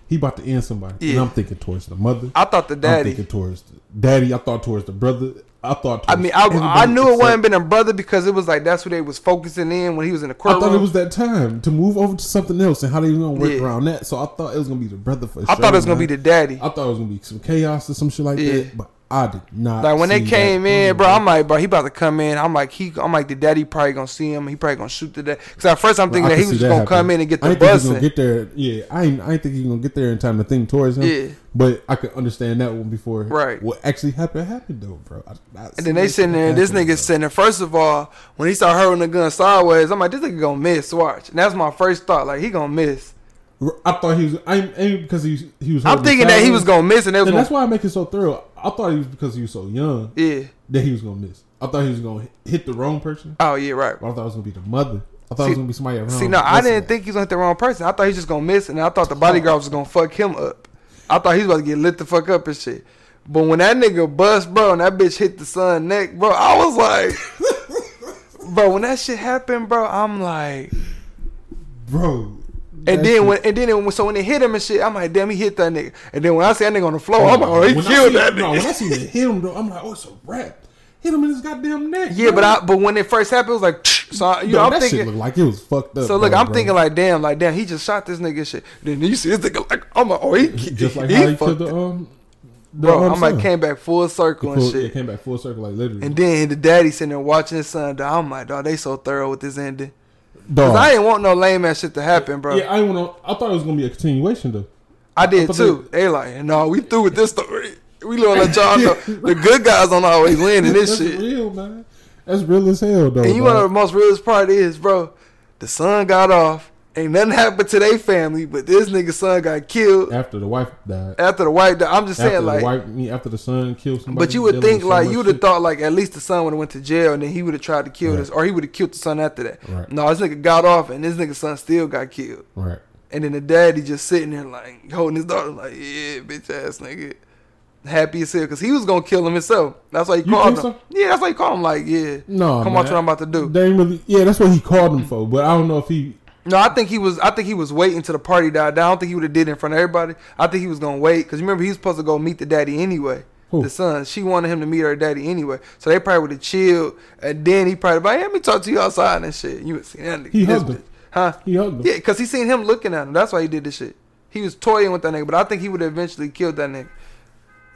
Speaker 4: He about to end somebody. And
Speaker 3: Yeah.
Speaker 4: I'm thinking towards the mother.
Speaker 3: I thought the
Speaker 4: I'm
Speaker 3: daddy.
Speaker 4: thinking towards the daddy. I thought towards the brother. I thought. Towards
Speaker 3: I mean, I, I
Speaker 4: everybody
Speaker 3: knew it
Speaker 4: except-
Speaker 3: wasn't been a brother because it was like that's who they was focusing in when he was in the
Speaker 4: I
Speaker 3: courtroom.
Speaker 4: thought it was that time to move over to something else and how they were gonna work
Speaker 3: Yeah.
Speaker 4: around that. So I thought it was gonna be the brother for
Speaker 3: I thought it was gonna be
Speaker 4: the.
Speaker 3: the daddy.
Speaker 4: I thought it was gonna be some chaos or some shit like
Speaker 3: Yeah.
Speaker 4: that. But I did not.
Speaker 3: Like when they
Speaker 4: see
Speaker 3: came
Speaker 4: that
Speaker 3: in,
Speaker 4: coming,
Speaker 3: bro, I'm like, bro, he about to come in. I'm like, he, I'm like, the daddy probably gonna see him. He probably gonna shoot the dad. Cause at first I'm
Speaker 4: Bro,
Speaker 3: thinking
Speaker 4: I
Speaker 3: that
Speaker 4: could
Speaker 3: he
Speaker 4: see
Speaker 3: was just
Speaker 4: that
Speaker 3: gonna
Speaker 4: happening.
Speaker 3: come in and get
Speaker 4: I
Speaker 3: the
Speaker 4: didn't think he was
Speaker 3: busting.
Speaker 4: gonna get there. Yeah, I ain't, I ain't think he gonna get there in time to think towards him.
Speaker 3: Yeah.
Speaker 4: but I could understand that one before.
Speaker 3: Right.
Speaker 4: What actually happened happened though, bro. I, I
Speaker 3: and then they sitting there, and this nigga sitting there. First of all, when he started hurling the gun sideways, I'm like, this nigga gonna miss. Watch, and that's my first thought. Like he gonna miss.
Speaker 4: I thought he was. I ain't because he he was.
Speaker 3: I'm thinking that he was gonna miss, and they was
Speaker 4: And that's
Speaker 3: gonna,
Speaker 4: why I make it so thorough. I thought he was because he was so young
Speaker 3: yeah.
Speaker 4: that he was gonna miss. I thought he was gonna hit the wrong person.
Speaker 3: Oh yeah, right.
Speaker 4: I thought it was gonna be the mother. I
Speaker 3: See-
Speaker 4: thought it was gonna be somebody around.
Speaker 3: See, no, I
Speaker 4: Oh, Listen,
Speaker 3: didn't think he was gonna hit the wrong person. I thought he was just gonna miss, and I thought the bodyguard was gonna fuck him up. I thought he was about to get lit the fuck up and shit. But when that nigga bust, bro, and that bitch hit the sun neck, bro, I was like, bro, when that shit happened, bro, I'm like,
Speaker 4: bro.
Speaker 3: And then when and then when so when it hit him and shit, I'm like, damn, he hit that nigga. And then when I see that nigga on the floor, I'm like, oh, he
Speaker 4: When I
Speaker 3: killed
Speaker 4: see-
Speaker 3: that
Speaker 4: No,
Speaker 3: nigga.
Speaker 4: when I see the hit him though, I'm like, oh, it's a wrap. Hit him in his goddamn neck.
Speaker 3: yeah,
Speaker 4: bro.
Speaker 3: but I but when it first happened, it was like, so I, you
Speaker 4: Yo,
Speaker 3: know, I'm
Speaker 4: that
Speaker 3: thinking.
Speaker 4: shit looked like it was fucked up.
Speaker 3: so look,
Speaker 4: though,
Speaker 3: I'm
Speaker 4: bro.
Speaker 3: thinking like, damn, like damn, he just shot this nigga and shit. Then you see this nigga like, I'm like, oh, he,
Speaker 4: just like
Speaker 3: he,
Speaker 4: how he
Speaker 3: fucked
Speaker 4: killed the um, the
Speaker 3: bro.
Speaker 4: um,
Speaker 3: I'm like,
Speaker 4: son.
Speaker 3: came back full circle and
Speaker 4: Full-
Speaker 3: shit.
Speaker 4: It came back full circle, like literally.
Speaker 3: And then the daddy sitting there watching his son die. I'm like, dog, they so thorough with this ending.
Speaker 4: Dog.
Speaker 3: Cause
Speaker 4: Oh.
Speaker 3: I didn't want no lame ass shit to happen, bro.
Speaker 4: Yeah, I didn't want to. I thought it was gonna be a continuation though.
Speaker 3: I did
Speaker 4: but
Speaker 3: too. They like, no, we through with this story. We gonna let y'all know the good guys don't always win in this
Speaker 4: That's
Speaker 3: shit.
Speaker 4: real, man. That's real as hell, though.
Speaker 3: And you know the
Speaker 4: dog.
Speaker 3: most realest part is, bro, the son got off. Ain't nothing happened to their family, but this nigga son got killed
Speaker 4: after the wife died,
Speaker 3: after the white. I'm just
Speaker 4: after
Speaker 3: saying,
Speaker 4: the
Speaker 3: like,
Speaker 4: wife, me after the son killed somebody.
Speaker 3: but you would
Speaker 4: dealing
Speaker 3: think
Speaker 4: with so
Speaker 3: like
Speaker 4: much
Speaker 3: you would have
Speaker 4: shit.
Speaker 3: thought like at least the son would have went to jail and then he would have tried to kill
Speaker 4: Right.
Speaker 3: this or he would have killed the son after that.
Speaker 4: Right.
Speaker 3: No, this nigga got off and this nigga son still got killed.
Speaker 4: Right.
Speaker 3: And then the daddy just sitting there like holding his daughter like, yeah, bitch ass nigga. Happy as hell because he was gonna kill him himself. That's why he
Speaker 4: You
Speaker 3: called him.
Speaker 4: think so?
Speaker 3: Yeah, that's why he called him like, yeah,
Speaker 4: No,
Speaker 3: come
Speaker 4: man.
Speaker 3: watch what I'm about to do.
Speaker 4: They ain't really. Yeah, that's what he called him for. But I don't know if he.
Speaker 3: No, I think he was. I think he was waiting till the party died down. I don't think he would have did it in front of everybody. I think he was gonna wait because remember he was supposed to go meet the daddy anyway.
Speaker 4: Who?
Speaker 3: The son. She wanted him to meet her daddy anyway, so they probably would have chilled. And then he probably like, hey, let me talk to you outside and shit. You would see that nigga.
Speaker 4: He
Speaker 3: this
Speaker 4: hugged him.
Speaker 3: bitch. huh?
Speaker 4: He hugged him.
Speaker 3: Yeah, because he seen him looking at him. That's why he did this shit. He was toying with that nigga, but I think he would have eventually killed that nigga.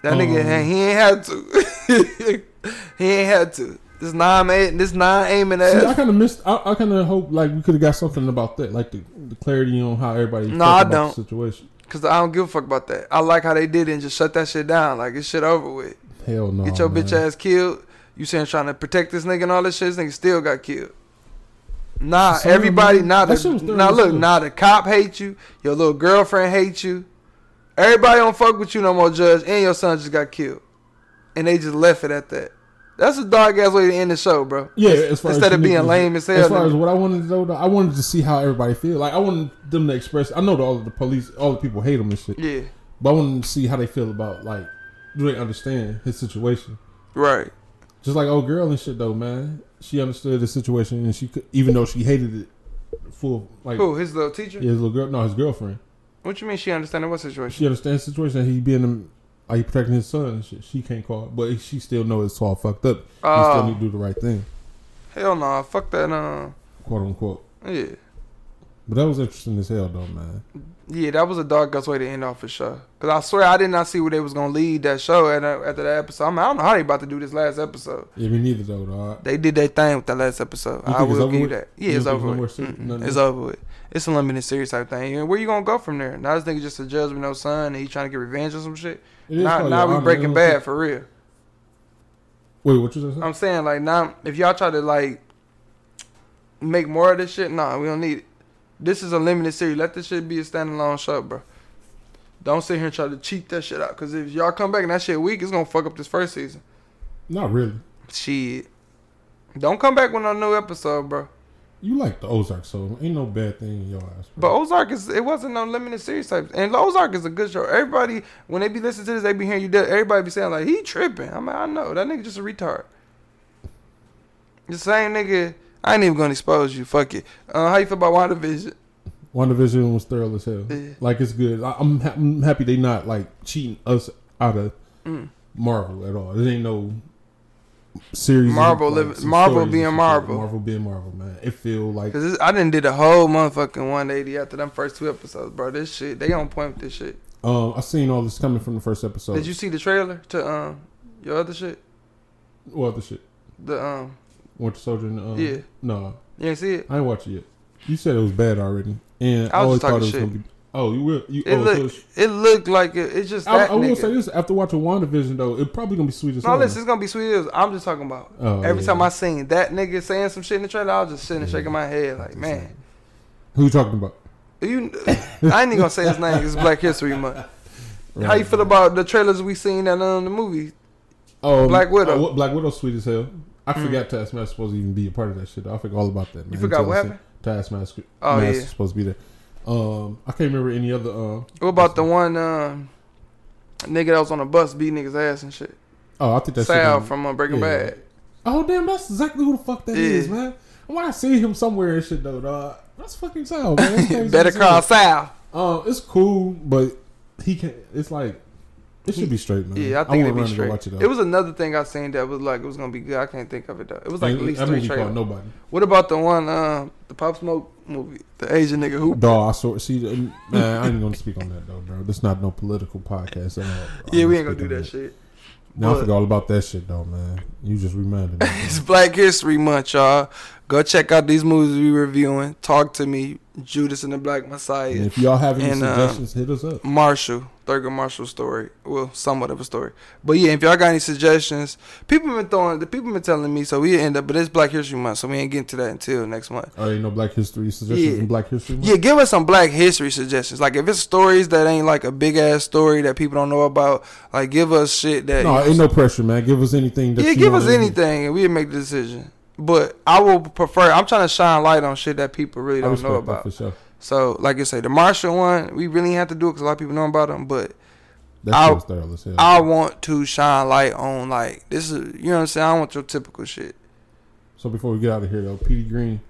Speaker 3: That nigga,
Speaker 4: Um.
Speaker 3: ain't- he ain't had to. he ain't had to. This non aim, this non aiming ass.
Speaker 4: See, I kind of missed. I, I kind of hope like we could have got something about that, like the, the clarity on how everybody.
Speaker 3: No,
Speaker 4: felt
Speaker 3: I
Speaker 4: about the
Speaker 3: don't.
Speaker 4: situation.
Speaker 3: Cause I don't give a fuck about that. I like how they did it and just shut that shit down. Like it's shit over with.
Speaker 4: Hell no.
Speaker 3: Get your
Speaker 4: Oh, man.
Speaker 3: bitch ass killed. You saying trying to protect this nigga and all this shit. This nigga still got killed. Nah,
Speaker 4: So,
Speaker 3: everybody.
Speaker 4: man,
Speaker 3: Nah,
Speaker 4: that
Speaker 3: the,
Speaker 4: shit was
Speaker 3: nah. Look,
Speaker 4: thorough.
Speaker 3: nah. The cop hate you. Your little girlfriend hate you. Everybody don't fuck with you no more, Judge. And your son just got killed, and they just left it at that. That's a dog ass way to end the show, bro.
Speaker 4: Yeah, as far
Speaker 3: Instead
Speaker 4: as
Speaker 3: of being
Speaker 4: niggas-
Speaker 3: lame as hell,
Speaker 4: As far
Speaker 3: nigga.
Speaker 4: as what I wanted to know, though, I wanted to see how everybody feel. Like I wanted them to express. I know that all of the police, all the people hate him and shit.
Speaker 3: Yeah,
Speaker 4: But I wanted to see how they feel about like, do they understand his situation?
Speaker 3: right.
Speaker 4: Just like old girl and shit though, man. She understood the situation and she could, even though she hated it, full like
Speaker 3: Who? His little teacher.
Speaker 4: yeah, his little girl, no, his girlfriend.
Speaker 3: What you mean she understanding what situation?
Speaker 4: She understands the situation. that He being like he protecting his son and shit. She can't call, but she still know it's all fucked up. he
Speaker 3: Oh.
Speaker 4: still need to do the right thing,
Speaker 3: Hell no. Fuck that. Uh,
Speaker 4: quote unquote.
Speaker 3: yeah.
Speaker 4: But that was interesting as hell though, man.
Speaker 3: Yeah, that was a dark ass way to end off the show. Cause I swear I did not see where they was gonna lead that show at, uh, after that episode. I, mean, I don't know how they about to do this last episode.
Speaker 4: Yeah, me neither though, dog.
Speaker 3: They did their thing with that last episode.
Speaker 4: You
Speaker 3: I
Speaker 4: think it's
Speaker 3: will
Speaker 4: over
Speaker 3: give you
Speaker 4: with?
Speaker 3: that.
Speaker 4: You
Speaker 3: Yeah, it's
Speaker 4: don't think
Speaker 3: over
Speaker 4: there's no
Speaker 3: with.
Speaker 4: more se-
Speaker 3: Mm-mm.
Speaker 4: nothing
Speaker 3: It's
Speaker 4: else?
Speaker 3: over with. It's a limited series type thing. And where you gonna go from there? Now this nigga just a judge with no son. And he trying to get revenge or some shit.
Speaker 4: It is
Speaker 3: Now,
Speaker 4: called
Speaker 3: now
Speaker 4: Your
Speaker 3: we
Speaker 4: Honor.
Speaker 3: Breaking
Speaker 4: It don't-
Speaker 3: Bad for real.
Speaker 4: Wait, what you saying?
Speaker 3: I'm saying like now if y'all try to like make more of this shit, nah, we don't need it. This is a limited series. Let this shit be a standalone show, bro. Don't sit here and try to cheat that shit out. Cause if y'all come back and that shit weak, it's gonna fuck up this first season.
Speaker 4: Not really.
Speaker 3: Shit. Don't come back with no new episode, bro.
Speaker 4: You like the Ozark, so ain't no bad thing in your ass.
Speaker 3: But
Speaker 4: Bro.
Speaker 3: Ozark is it wasn't no limited series type. And Ozark is a good show. Everybody when they be listening to this, they be hearing you dead. Everybody be saying like he tripping. I'm like, I know that nigga just a retard. The same nigga. I ain't even gonna expose you. Fuck it. Uh, how you feel about WandaVision?
Speaker 4: WandaVision was thorough as hell.
Speaker 3: Yeah.
Speaker 4: Like it's good. I, I'm, ha- I'm happy they not like cheating us out of
Speaker 3: Mm.
Speaker 4: Marvel at all. There ain't no series.
Speaker 3: Marvel
Speaker 4: like,
Speaker 3: living-
Speaker 4: some
Speaker 3: Marvel
Speaker 4: stories and
Speaker 3: being
Speaker 4: shit like-
Speaker 3: Marvel.
Speaker 4: Marvel being Marvel, man. It feel like
Speaker 3: Cause this, I didn't did a whole motherfucking 180 after them first two episodes, bro. This shit, they on point with this shit.
Speaker 4: um I seen all this coming from the first episode.
Speaker 3: Did you see the trailer to um your other shit?
Speaker 4: What other shit?
Speaker 3: The um
Speaker 4: Winter Soldier. And, um,
Speaker 3: Yeah.
Speaker 4: No,
Speaker 3: you ain't see it?
Speaker 4: I ain't watch it yet. You said it was bad already, and I,
Speaker 3: I was just
Speaker 4: always thought it
Speaker 3: talking
Speaker 4: was
Speaker 3: shit.
Speaker 4: gonna be. Oh, you will. You,
Speaker 3: It
Speaker 4: oh, so
Speaker 3: look-
Speaker 4: it's-
Speaker 3: It looked like it. It's just
Speaker 4: I,
Speaker 3: that
Speaker 4: I will
Speaker 3: nigga.
Speaker 4: say this after watching WandaVision though, it probably gonna be sweet as
Speaker 3: no,
Speaker 4: hell.
Speaker 3: listen, it's gonna be sweet. as- I'm just talking about.
Speaker 4: Oh,
Speaker 3: Every
Speaker 4: yeah.
Speaker 3: time I seen that nigga saying some shit in the trailer, I was just sitting and
Speaker 4: Yeah.
Speaker 3: shaking my head like, man,
Speaker 4: Who you talking about?
Speaker 3: you. I ain't even gonna say his name. 'cause It's Black History Month. How you feel about the trailers we seen that um the movie?
Speaker 4: Oh,
Speaker 3: Black Widow? Mm.
Speaker 4: oh, what- Black Widow, sweet as hell. I forgot Taskmaster supposed to even be a part of that shit. I forgot all about that. Man.
Speaker 3: You forgot
Speaker 4: Until
Speaker 3: what
Speaker 4: I
Speaker 3: happened?
Speaker 4: seen Taskmaster.
Speaker 3: Oh,
Speaker 4: Master
Speaker 3: yeah.
Speaker 4: supposed to be there. Um, I can't remember any other. Uh,
Speaker 3: What about the one um nigga that was on the bus beat niggas ass and shit?
Speaker 4: oh, I think that's
Speaker 3: Sal from uh, Breaking
Speaker 4: yeah.
Speaker 3: Bad.
Speaker 4: Oh damn, that's exactly who the fuck that is,
Speaker 3: Yeah.
Speaker 4: man. When I see him somewhere and shit though, dog. I That's fucking South, man. That's crazy
Speaker 3: Better
Speaker 4: as hell.
Speaker 3: call Sal.
Speaker 4: Um, it's cool, but he can. It's like it should be straight, man.
Speaker 3: Yeah, I think it'd be
Speaker 4: wanna run and go
Speaker 3: straight.
Speaker 4: watch
Speaker 3: it,
Speaker 4: though.
Speaker 3: was another thing I seen that was like it was gonna be good. I can't think of it though. It was like
Speaker 4: And
Speaker 3: at least
Speaker 4: that
Speaker 3: three
Speaker 4: movie called
Speaker 3: trailers.
Speaker 4: Nobody.
Speaker 3: What about the one, um, the Pop Smoke movie, the Asian nigga who?
Speaker 4: Dog, I saw. See, uh, man, I ain't gonna speak on that though, bro. This not no political podcast at all. bro.
Speaker 3: Yeah,
Speaker 4: I'm
Speaker 3: we ain't
Speaker 4: not
Speaker 3: gonna do
Speaker 4: speaking on
Speaker 3: that shit.
Speaker 4: Now I
Speaker 3: But-
Speaker 4: forgot all about that shit though, man. You just reminded me.
Speaker 3: It's Black History Month, y'all. Go check out these movies we reviewing. Talk to me, Judas and the Black Messiah.
Speaker 4: And if y'all have any
Speaker 3: And, uh,
Speaker 4: suggestions, hit us up.
Speaker 3: Marshall, Thurgood Marshall story. Well, somewhat of a story. But yeah, if y'all got any suggestions, people been throwing the people been telling me, so we end up but it's Black History Month, so we ain't getting to that until next month.
Speaker 4: Oh, you know Black History suggestions
Speaker 3: Yeah.
Speaker 4: from Black History Month?
Speaker 3: Yeah, give us some black history suggestions. Like if it's stories that ain't like a big ass story that people don't know about, like give us shit that
Speaker 4: No, ain't no pressure, man. Give us anything. That
Speaker 3: Yeah,
Speaker 4: you
Speaker 3: give us
Speaker 4: wanna-
Speaker 3: anything and we'll make the decision. But I will prefer I'm trying to shine light on shit that people really
Speaker 4: I
Speaker 3: don't
Speaker 4: respect
Speaker 3: know
Speaker 4: that
Speaker 3: about.
Speaker 4: for sure.
Speaker 3: So, like you say, the Marshall one, we really have to do it because a lot of people know about them. But
Speaker 4: That
Speaker 3: I'll-
Speaker 4: shit was thorough as hell.
Speaker 3: I want to shine light on like this is you know what I'm saying. I want your typical shit.
Speaker 4: So before we get out of here though, Petey Green,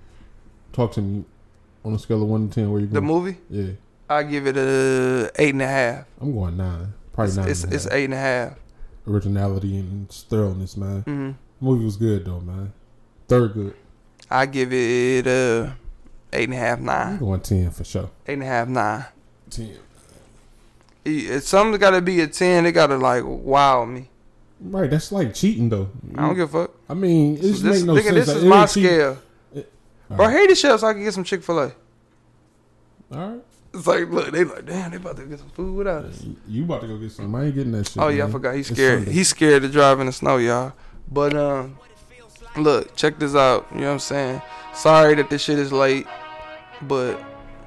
Speaker 4: talk to me on a scale of one to ten. Where you
Speaker 3: The
Speaker 4: going?
Speaker 3: movie,
Speaker 4: yeah,
Speaker 3: I give it a eight and a half.
Speaker 4: I'm going nine. Probably
Speaker 3: It's
Speaker 4: nine.
Speaker 3: it's,
Speaker 4: and a
Speaker 3: it's
Speaker 4: half.
Speaker 3: eight and a half.
Speaker 4: Originality and thoroughness, man.
Speaker 3: Mm-hmm.
Speaker 4: Movie was good though, man. Third good.
Speaker 3: I give it a eight and a half
Speaker 4: I'm
Speaker 3: nine.
Speaker 4: going ten for sure.
Speaker 3: Eight and a half nine.
Speaker 4: Ten.
Speaker 3: It- it- Something's got to be a ten. It got to like wow me.
Speaker 4: Right, that's like cheating though.
Speaker 3: I don't give a fuck.
Speaker 4: I mean, it
Speaker 3: So
Speaker 4: just
Speaker 3: this,
Speaker 4: make no
Speaker 3: nigga,
Speaker 4: sense.
Speaker 3: this
Speaker 4: Like,
Speaker 3: is
Speaker 4: it
Speaker 3: my
Speaker 4: ain't cheating.
Speaker 3: scale.
Speaker 4: All
Speaker 3: Bro,
Speaker 4: right.
Speaker 3: here the shelf so I can get some Chick Fil A.
Speaker 4: All right.
Speaker 3: It's like look, they like damn, they about to get some food without us.
Speaker 4: You about to go get some. I ain't getting that shit.
Speaker 3: Oh yeah, I
Speaker 4: man.
Speaker 3: forgot. He's
Speaker 4: It's
Speaker 3: scared.
Speaker 4: Sunday.
Speaker 3: He's scared to drive in the snow, y'all. But um, look, check this out. You know what I'm saying? Sorry that this shit is late, but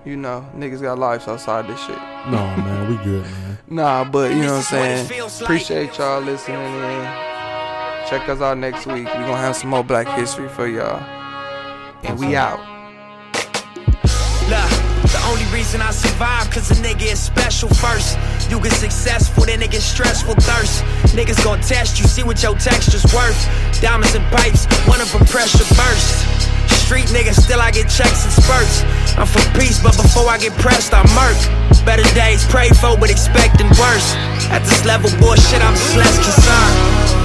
Speaker 3: you know niggas got lives outside this shit.
Speaker 4: No, man, we good, man.
Speaker 3: Nah, but you know what
Speaker 5: This is what
Speaker 3: I'm
Speaker 5: it
Speaker 3: saying.
Speaker 5: feels like.
Speaker 3: Appreciate y'all listening in. Check us out next week. We gonna have some more Black History for y'all, and we out.
Speaker 5: Look, the only reason I survive, cause a nigga is special first. You get successful, then it get stressful thirst. Niggas gon' test you, see what your texture's worth. Diamonds and pipes, one of them pressure burst. Street niggas, still I get checks and spurts. I'm for peace, but before I get pressed, I murk. Better days prayed for, but expecting worse. At this level, bullshit, I'm just less concerned.